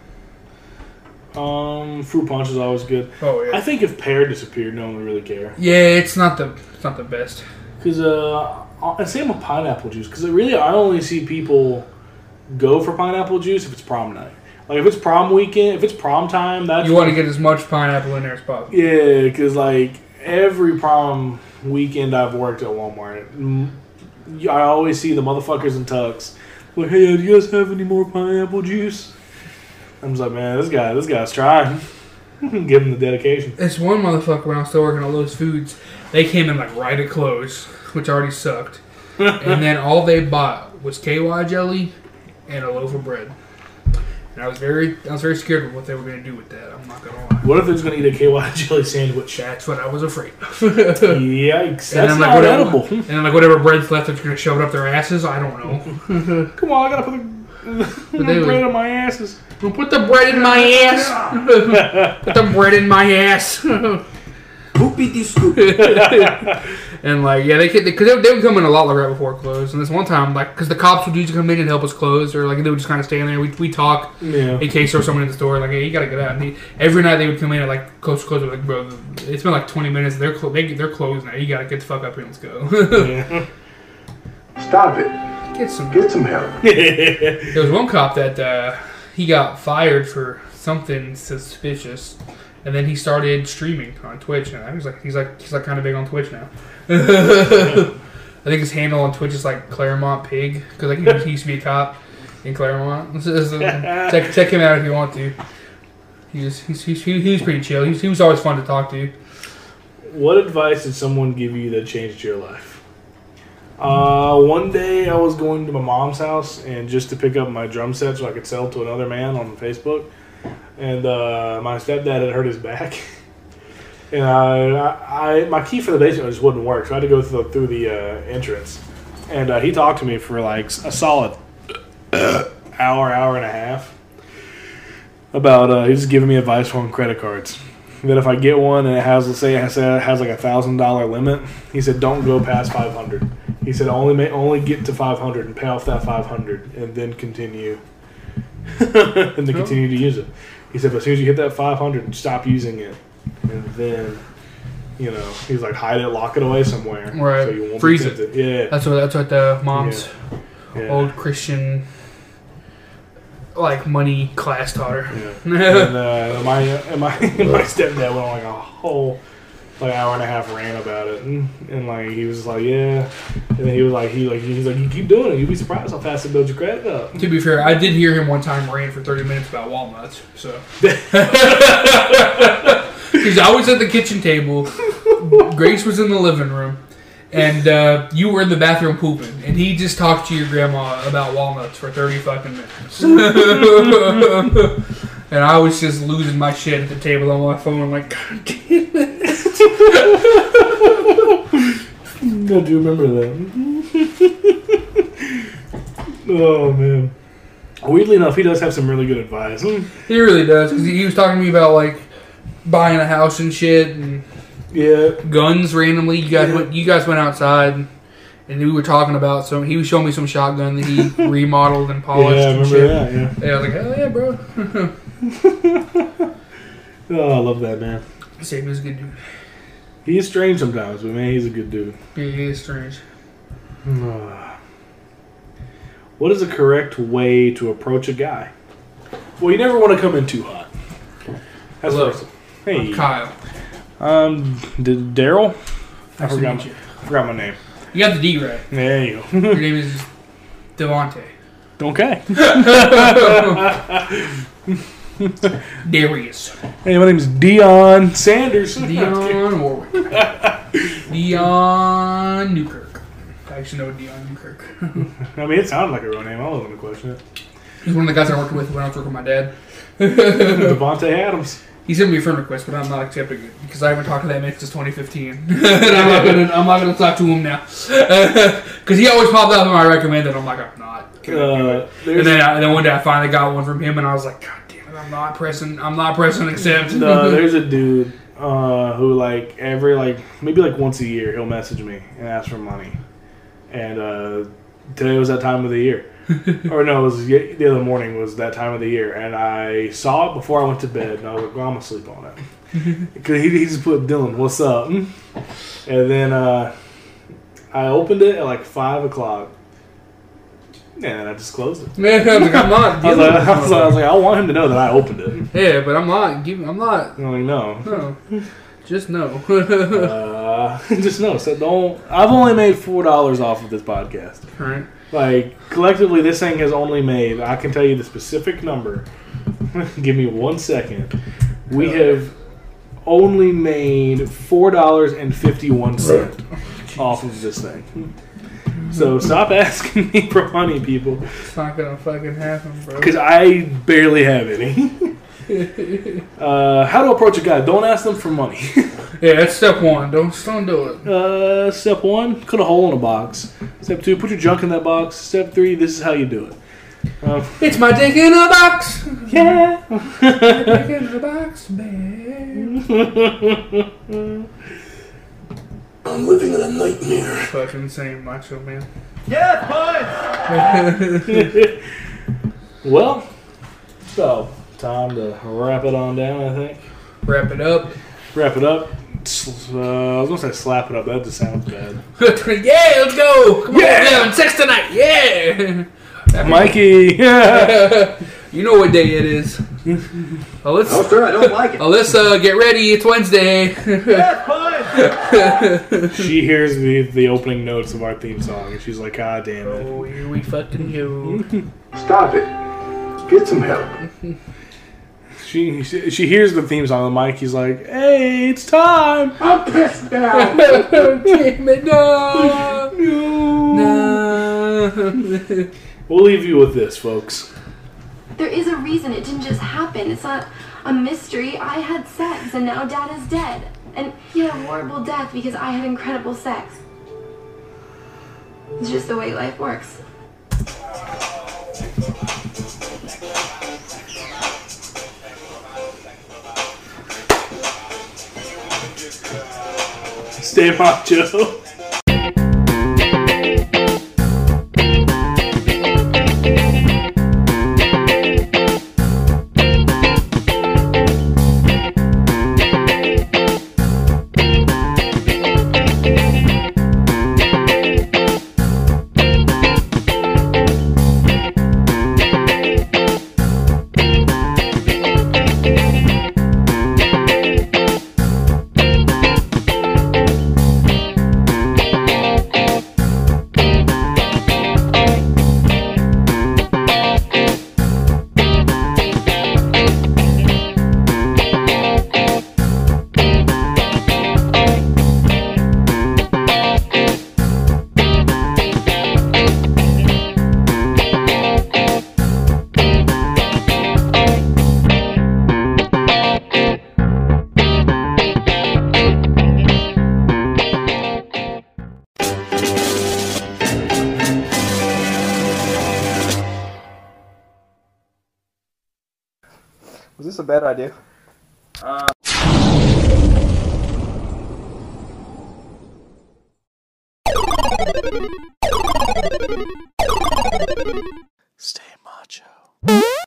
[SPEAKER 1] um, fruit punch is always good.
[SPEAKER 2] Oh
[SPEAKER 1] I
[SPEAKER 2] yeah.
[SPEAKER 1] think if pear disappeared, no one would really care.
[SPEAKER 2] Yeah, it's not the it's not the best.
[SPEAKER 1] Because uh, I same with pineapple juice. Because really, I only see people go for pineapple juice if it's prom night. Like if it's prom weekend, if it's prom time, that's
[SPEAKER 2] You want to get as much pineapple in there as possible.
[SPEAKER 1] yeah. Because like every prom weekend I've worked at Walmart, mm, I always see the motherfuckers in tux. Like, hey, do you guys have any more pineapple juice? I'm just like, man, this guy, this guy's trying. Give him the dedication.
[SPEAKER 2] This one motherfucker when I was still working at Lowe's Foods, they came in like right at close, which already sucked. and then all they bought was KY jelly and a loaf of bread. And I was very I was very scared of what they were gonna do with that, I'm not gonna lie.
[SPEAKER 1] What if they're just gonna eat a KY jelly sandwich?
[SPEAKER 2] That's what I was afraid of. and
[SPEAKER 1] Yikes, that's
[SPEAKER 2] I'm
[SPEAKER 1] not
[SPEAKER 2] whatever,
[SPEAKER 1] edible.
[SPEAKER 2] And then like whatever bread's left they're just gonna shove it up their asses, I don't know.
[SPEAKER 1] Come on, I gotta put the
[SPEAKER 2] they would-
[SPEAKER 1] bread on my asses.
[SPEAKER 2] Put the bread in my ass. Put the bread in my ass.
[SPEAKER 3] Poopity scoop.
[SPEAKER 2] And like, yeah, they could because they, they would come in a lot like right before close. And this one time, like, because the cops would usually come in and help us close, or like they would just kind of stay in there. We we talk
[SPEAKER 1] Yeah.
[SPEAKER 2] in case there was someone in the store. Like, hey, you gotta get out. And he, every night they would come in at like close to close. Like, bro, it's been like twenty minutes. They're clo- they, they're closed now. You gotta get the fuck up here. Let's go.
[SPEAKER 1] yeah.
[SPEAKER 4] Stop it.
[SPEAKER 2] get some.
[SPEAKER 4] Get some help.
[SPEAKER 2] There was one cop that uh, he got fired for something suspicious, and then he started streaming on Twitch. Now he's like he's like he's like kind of big on Twitch now. I think his handle on Twitch is like Claremont Pig because like he- he used to be a cop in Claremont. So- so check check him out if you want to. He was he's, he's, he, he was pretty chill. He was, he was always fun to talk to.
[SPEAKER 1] What advice did someone give you that changed your life? Uh, one day I was going to my mom's house and just to pick up my drum set so I could sell to another man on Facebook, and uh, my stepdad had hurt his back, and I, I my key for the basement just wouldn't work, so I had to go through the, through the uh, entrance, and uh, he talked to me for like a solid hour, hour and a half about uh, he was giving me advice on credit cards. That if I get one and it has, let's say, it has, it has like a thousand dollar limit, he said don't go past five hundred. He said only ma- only get to five hundred and pay off that five hundred and then continue and then continue to use it. He said, but as soon as you hit that five hundred, stop using it, and then. You know, he's like hide it, lock it away somewhere,
[SPEAKER 2] Right.
[SPEAKER 1] So you won't
[SPEAKER 2] Freeze
[SPEAKER 1] be
[SPEAKER 2] it.
[SPEAKER 1] tempted. Yeah,
[SPEAKER 2] That's what that's what the mom's
[SPEAKER 1] yeah.
[SPEAKER 2] old Christian like money class taught her.
[SPEAKER 1] Yeah. and uh, my and my and my stepdad went on like a whole like hour and a half rant about it, and, and like he was like, yeah, and then he was like, he like he's like, you keep doing it, you'll be surprised how fast it builds your credit up.
[SPEAKER 2] To be fair, I did hear him one time rant for 30 minutes about walnuts. So because I was at the kitchen table, Grace was in the living room, and uh, you were in the bathroom pooping, and he just talked to your grandma about walnuts for 30 fucking minutes. and I was just losing my shit at the table on my phone. I'm like, God damn it.
[SPEAKER 1] I do remember that. oh man. Weirdly enough, he does have some really good advice.
[SPEAKER 2] He really does. 'cause he was talking to me about, like, buying a house and shit, and
[SPEAKER 1] Yeah.
[SPEAKER 2] guns randomly. You guys,
[SPEAKER 1] Yeah.
[SPEAKER 2] went, you guys went outside, and we were talking about some. He was showing me some shotgun that he remodeled and
[SPEAKER 1] Yeah,
[SPEAKER 2] polished.
[SPEAKER 1] I
[SPEAKER 2] and
[SPEAKER 1] remember
[SPEAKER 2] shit.
[SPEAKER 1] that. Yeah.
[SPEAKER 2] Yeah, I was like, hell yeah, bro.
[SPEAKER 1] Oh, I love that man.
[SPEAKER 2] Save is a good dude.
[SPEAKER 1] He's strange sometimes, but man, he's a good dude.
[SPEAKER 2] Yeah, he is strange.
[SPEAKER 1] Ah. What is the correct way to approach a guy? Well, you never want to come in too hot. That's
[SPEAKER 2] Hello.
[SPEAKER 1] first. Hey,
[SPEAKER 2] Kyle,
[SPEAKER 1] um, D- Daryl. I
[SPEAKER 2] nice to
[SPEAKER 1] forgot
[SPEAKER 2] meet
[SPEAKER 1] my-
[SPEAKER 2] you.
[SPEAKER 1] forgot my name.
[SPEAKER 2] You got the D right.
[SPEAKER 1] There you go.
[SPEAKER 2] Your name is Devonte.
[SPEAKER 1] okay.
[SPEAKER 2] Darius.
[SPEAKER 1] Hey, my name's Dion Sanders.
[SPEAKER 2] Dion Warwick. Dion Newkirk. I actually know Dion Newkirk.
[SPEAKER 1] I mean, it sounded like a real name. I wasn't gonna question it.
[SPEAKER 2] He's one of the guys I worked with when I was working with my dad.
[SPEAKER 1] Devonte Adams.
[SPEAKER 2] He sent me a friend request, but I'm not accepting it because I haven't talked to that man since 2015. and I'm not gonna, I'm not gonna talk to him now because he always popped up in my recommended. I'm like, I'm not.
[SPEAKER 1] Uh,
[SPEAKER 2] And
[SPEAKER 1] there's
[SPEAKER 2] then, I, and then one day I finally got one from him, and I was like, God damn it, I'm not pressing. I'm not pressing accept.
[SPEAKER 1] No, there's a dude uh, who like every like maybe like once a year he'll message me and ask for money, and uh, today was that time of the year, or no, it was ye- the other morning was that time of the year, and I saw it before I went to bed, and I was like, well, I'm gonna sleep on it, because he, he just put Dylan, what's up, and then uh, I opened it at like five o'clock, and I just closed it.
[SPEAKER 2] Man, I was like, I'm not.
[SPEAKER 1] I was,
[SPEAKER 2] Dealing
[SPEAKER 1] like,
[SPEAKER 2] with
[SPEAKER 1] I, was
[SPEAKER 2] this
[SPEAKER 1] like, I
[SPEAKER 2] motherfucker."
[SPEAKER 1] was like, I want him to know that I opened it. And
[SPEAKER 2] yeah, but I'm not giving. I'm not.
[SPEAKER 1] I'm like, no.
[SPEAKER 2] No, just no.
[SPEAKER 1] Uh, just no. So don't. I've only made four dollars off of this podcast.
[SPEAKER 2] All right.
[SPEAKER 1] Like collectively, this thing has only made. I can tell you the specific number. Give me one second. We have only made four dollars and fifty-one cent off of this thing. So stop asking me for money, people,
[SPEAKER 2] It's not gonna fucking happen, bro.
[SPEAKER 1] because I barely have any. Uh, how to approach a guy? Don't ask them for money.
[SPEAKER 2] Yeah, that's step one. Don't don't do it.
[SPEAKER 1] Uh, step one, cut a hole in a box. Step two, put your junk in that box. Step three, this is how you do it.
[SPEAKER 2] It's my dick in a box.
[SPEAKER 1] Yeah.
[SPEAKER 2] Dick in a box, man.
[SPEAKER 4] I'm living in a nightmare.
[SPEAKER 2] Fucking same macho man.
[SPEAKER 1] well, so time to wrap it on down. I think
[SPEAKER 2] Wrap it up.
[SPEAKER 1] wrap it up. S- Uh, I was gonna say slap it up. That just sounds bad.
[SPEAKER 2] yeah, let's go. Come
[SPEAKER 1] Yeah.
[SPEAKER 2] on, we're having sex tonight. Yeah.
[SPEAKER 1] Mikey. Yeah.
[SPEAKER 2] you know what day it is. Well, let's
[SPEAKER 4] Oh, sir, I don't like it.
[SPEAKER 2] Alyssa, get ready. It's Wednesday.
[SPEAKER 1] she hears the the opening notes of our theme song, and she's like, "God damn it."
[SPEAKER 2] oh, here we fucking go.
[SPEAKER 4] Stop it. Get some help.
[SPEAKER 1] She she, she hears the theme song, and Mikey's like, "Hey, it's time."
[SPEAKER 4] I'm pissed now.
[SPEAKER 2] Damn it, no. No.
[SPEAKER 1] We'll leave you with this, folks.
[SPEAKER 5] There is a reason it didn't just happen. It's not a mystery. I had sex and now dad is dead. And he had a horrible death because I had incredible sex. It's just the way life works.
[SPEAKER 1] Stay macho.
[SPEAKER 8] Was this a bad idea?
[SPEAKER 1] Stay macho.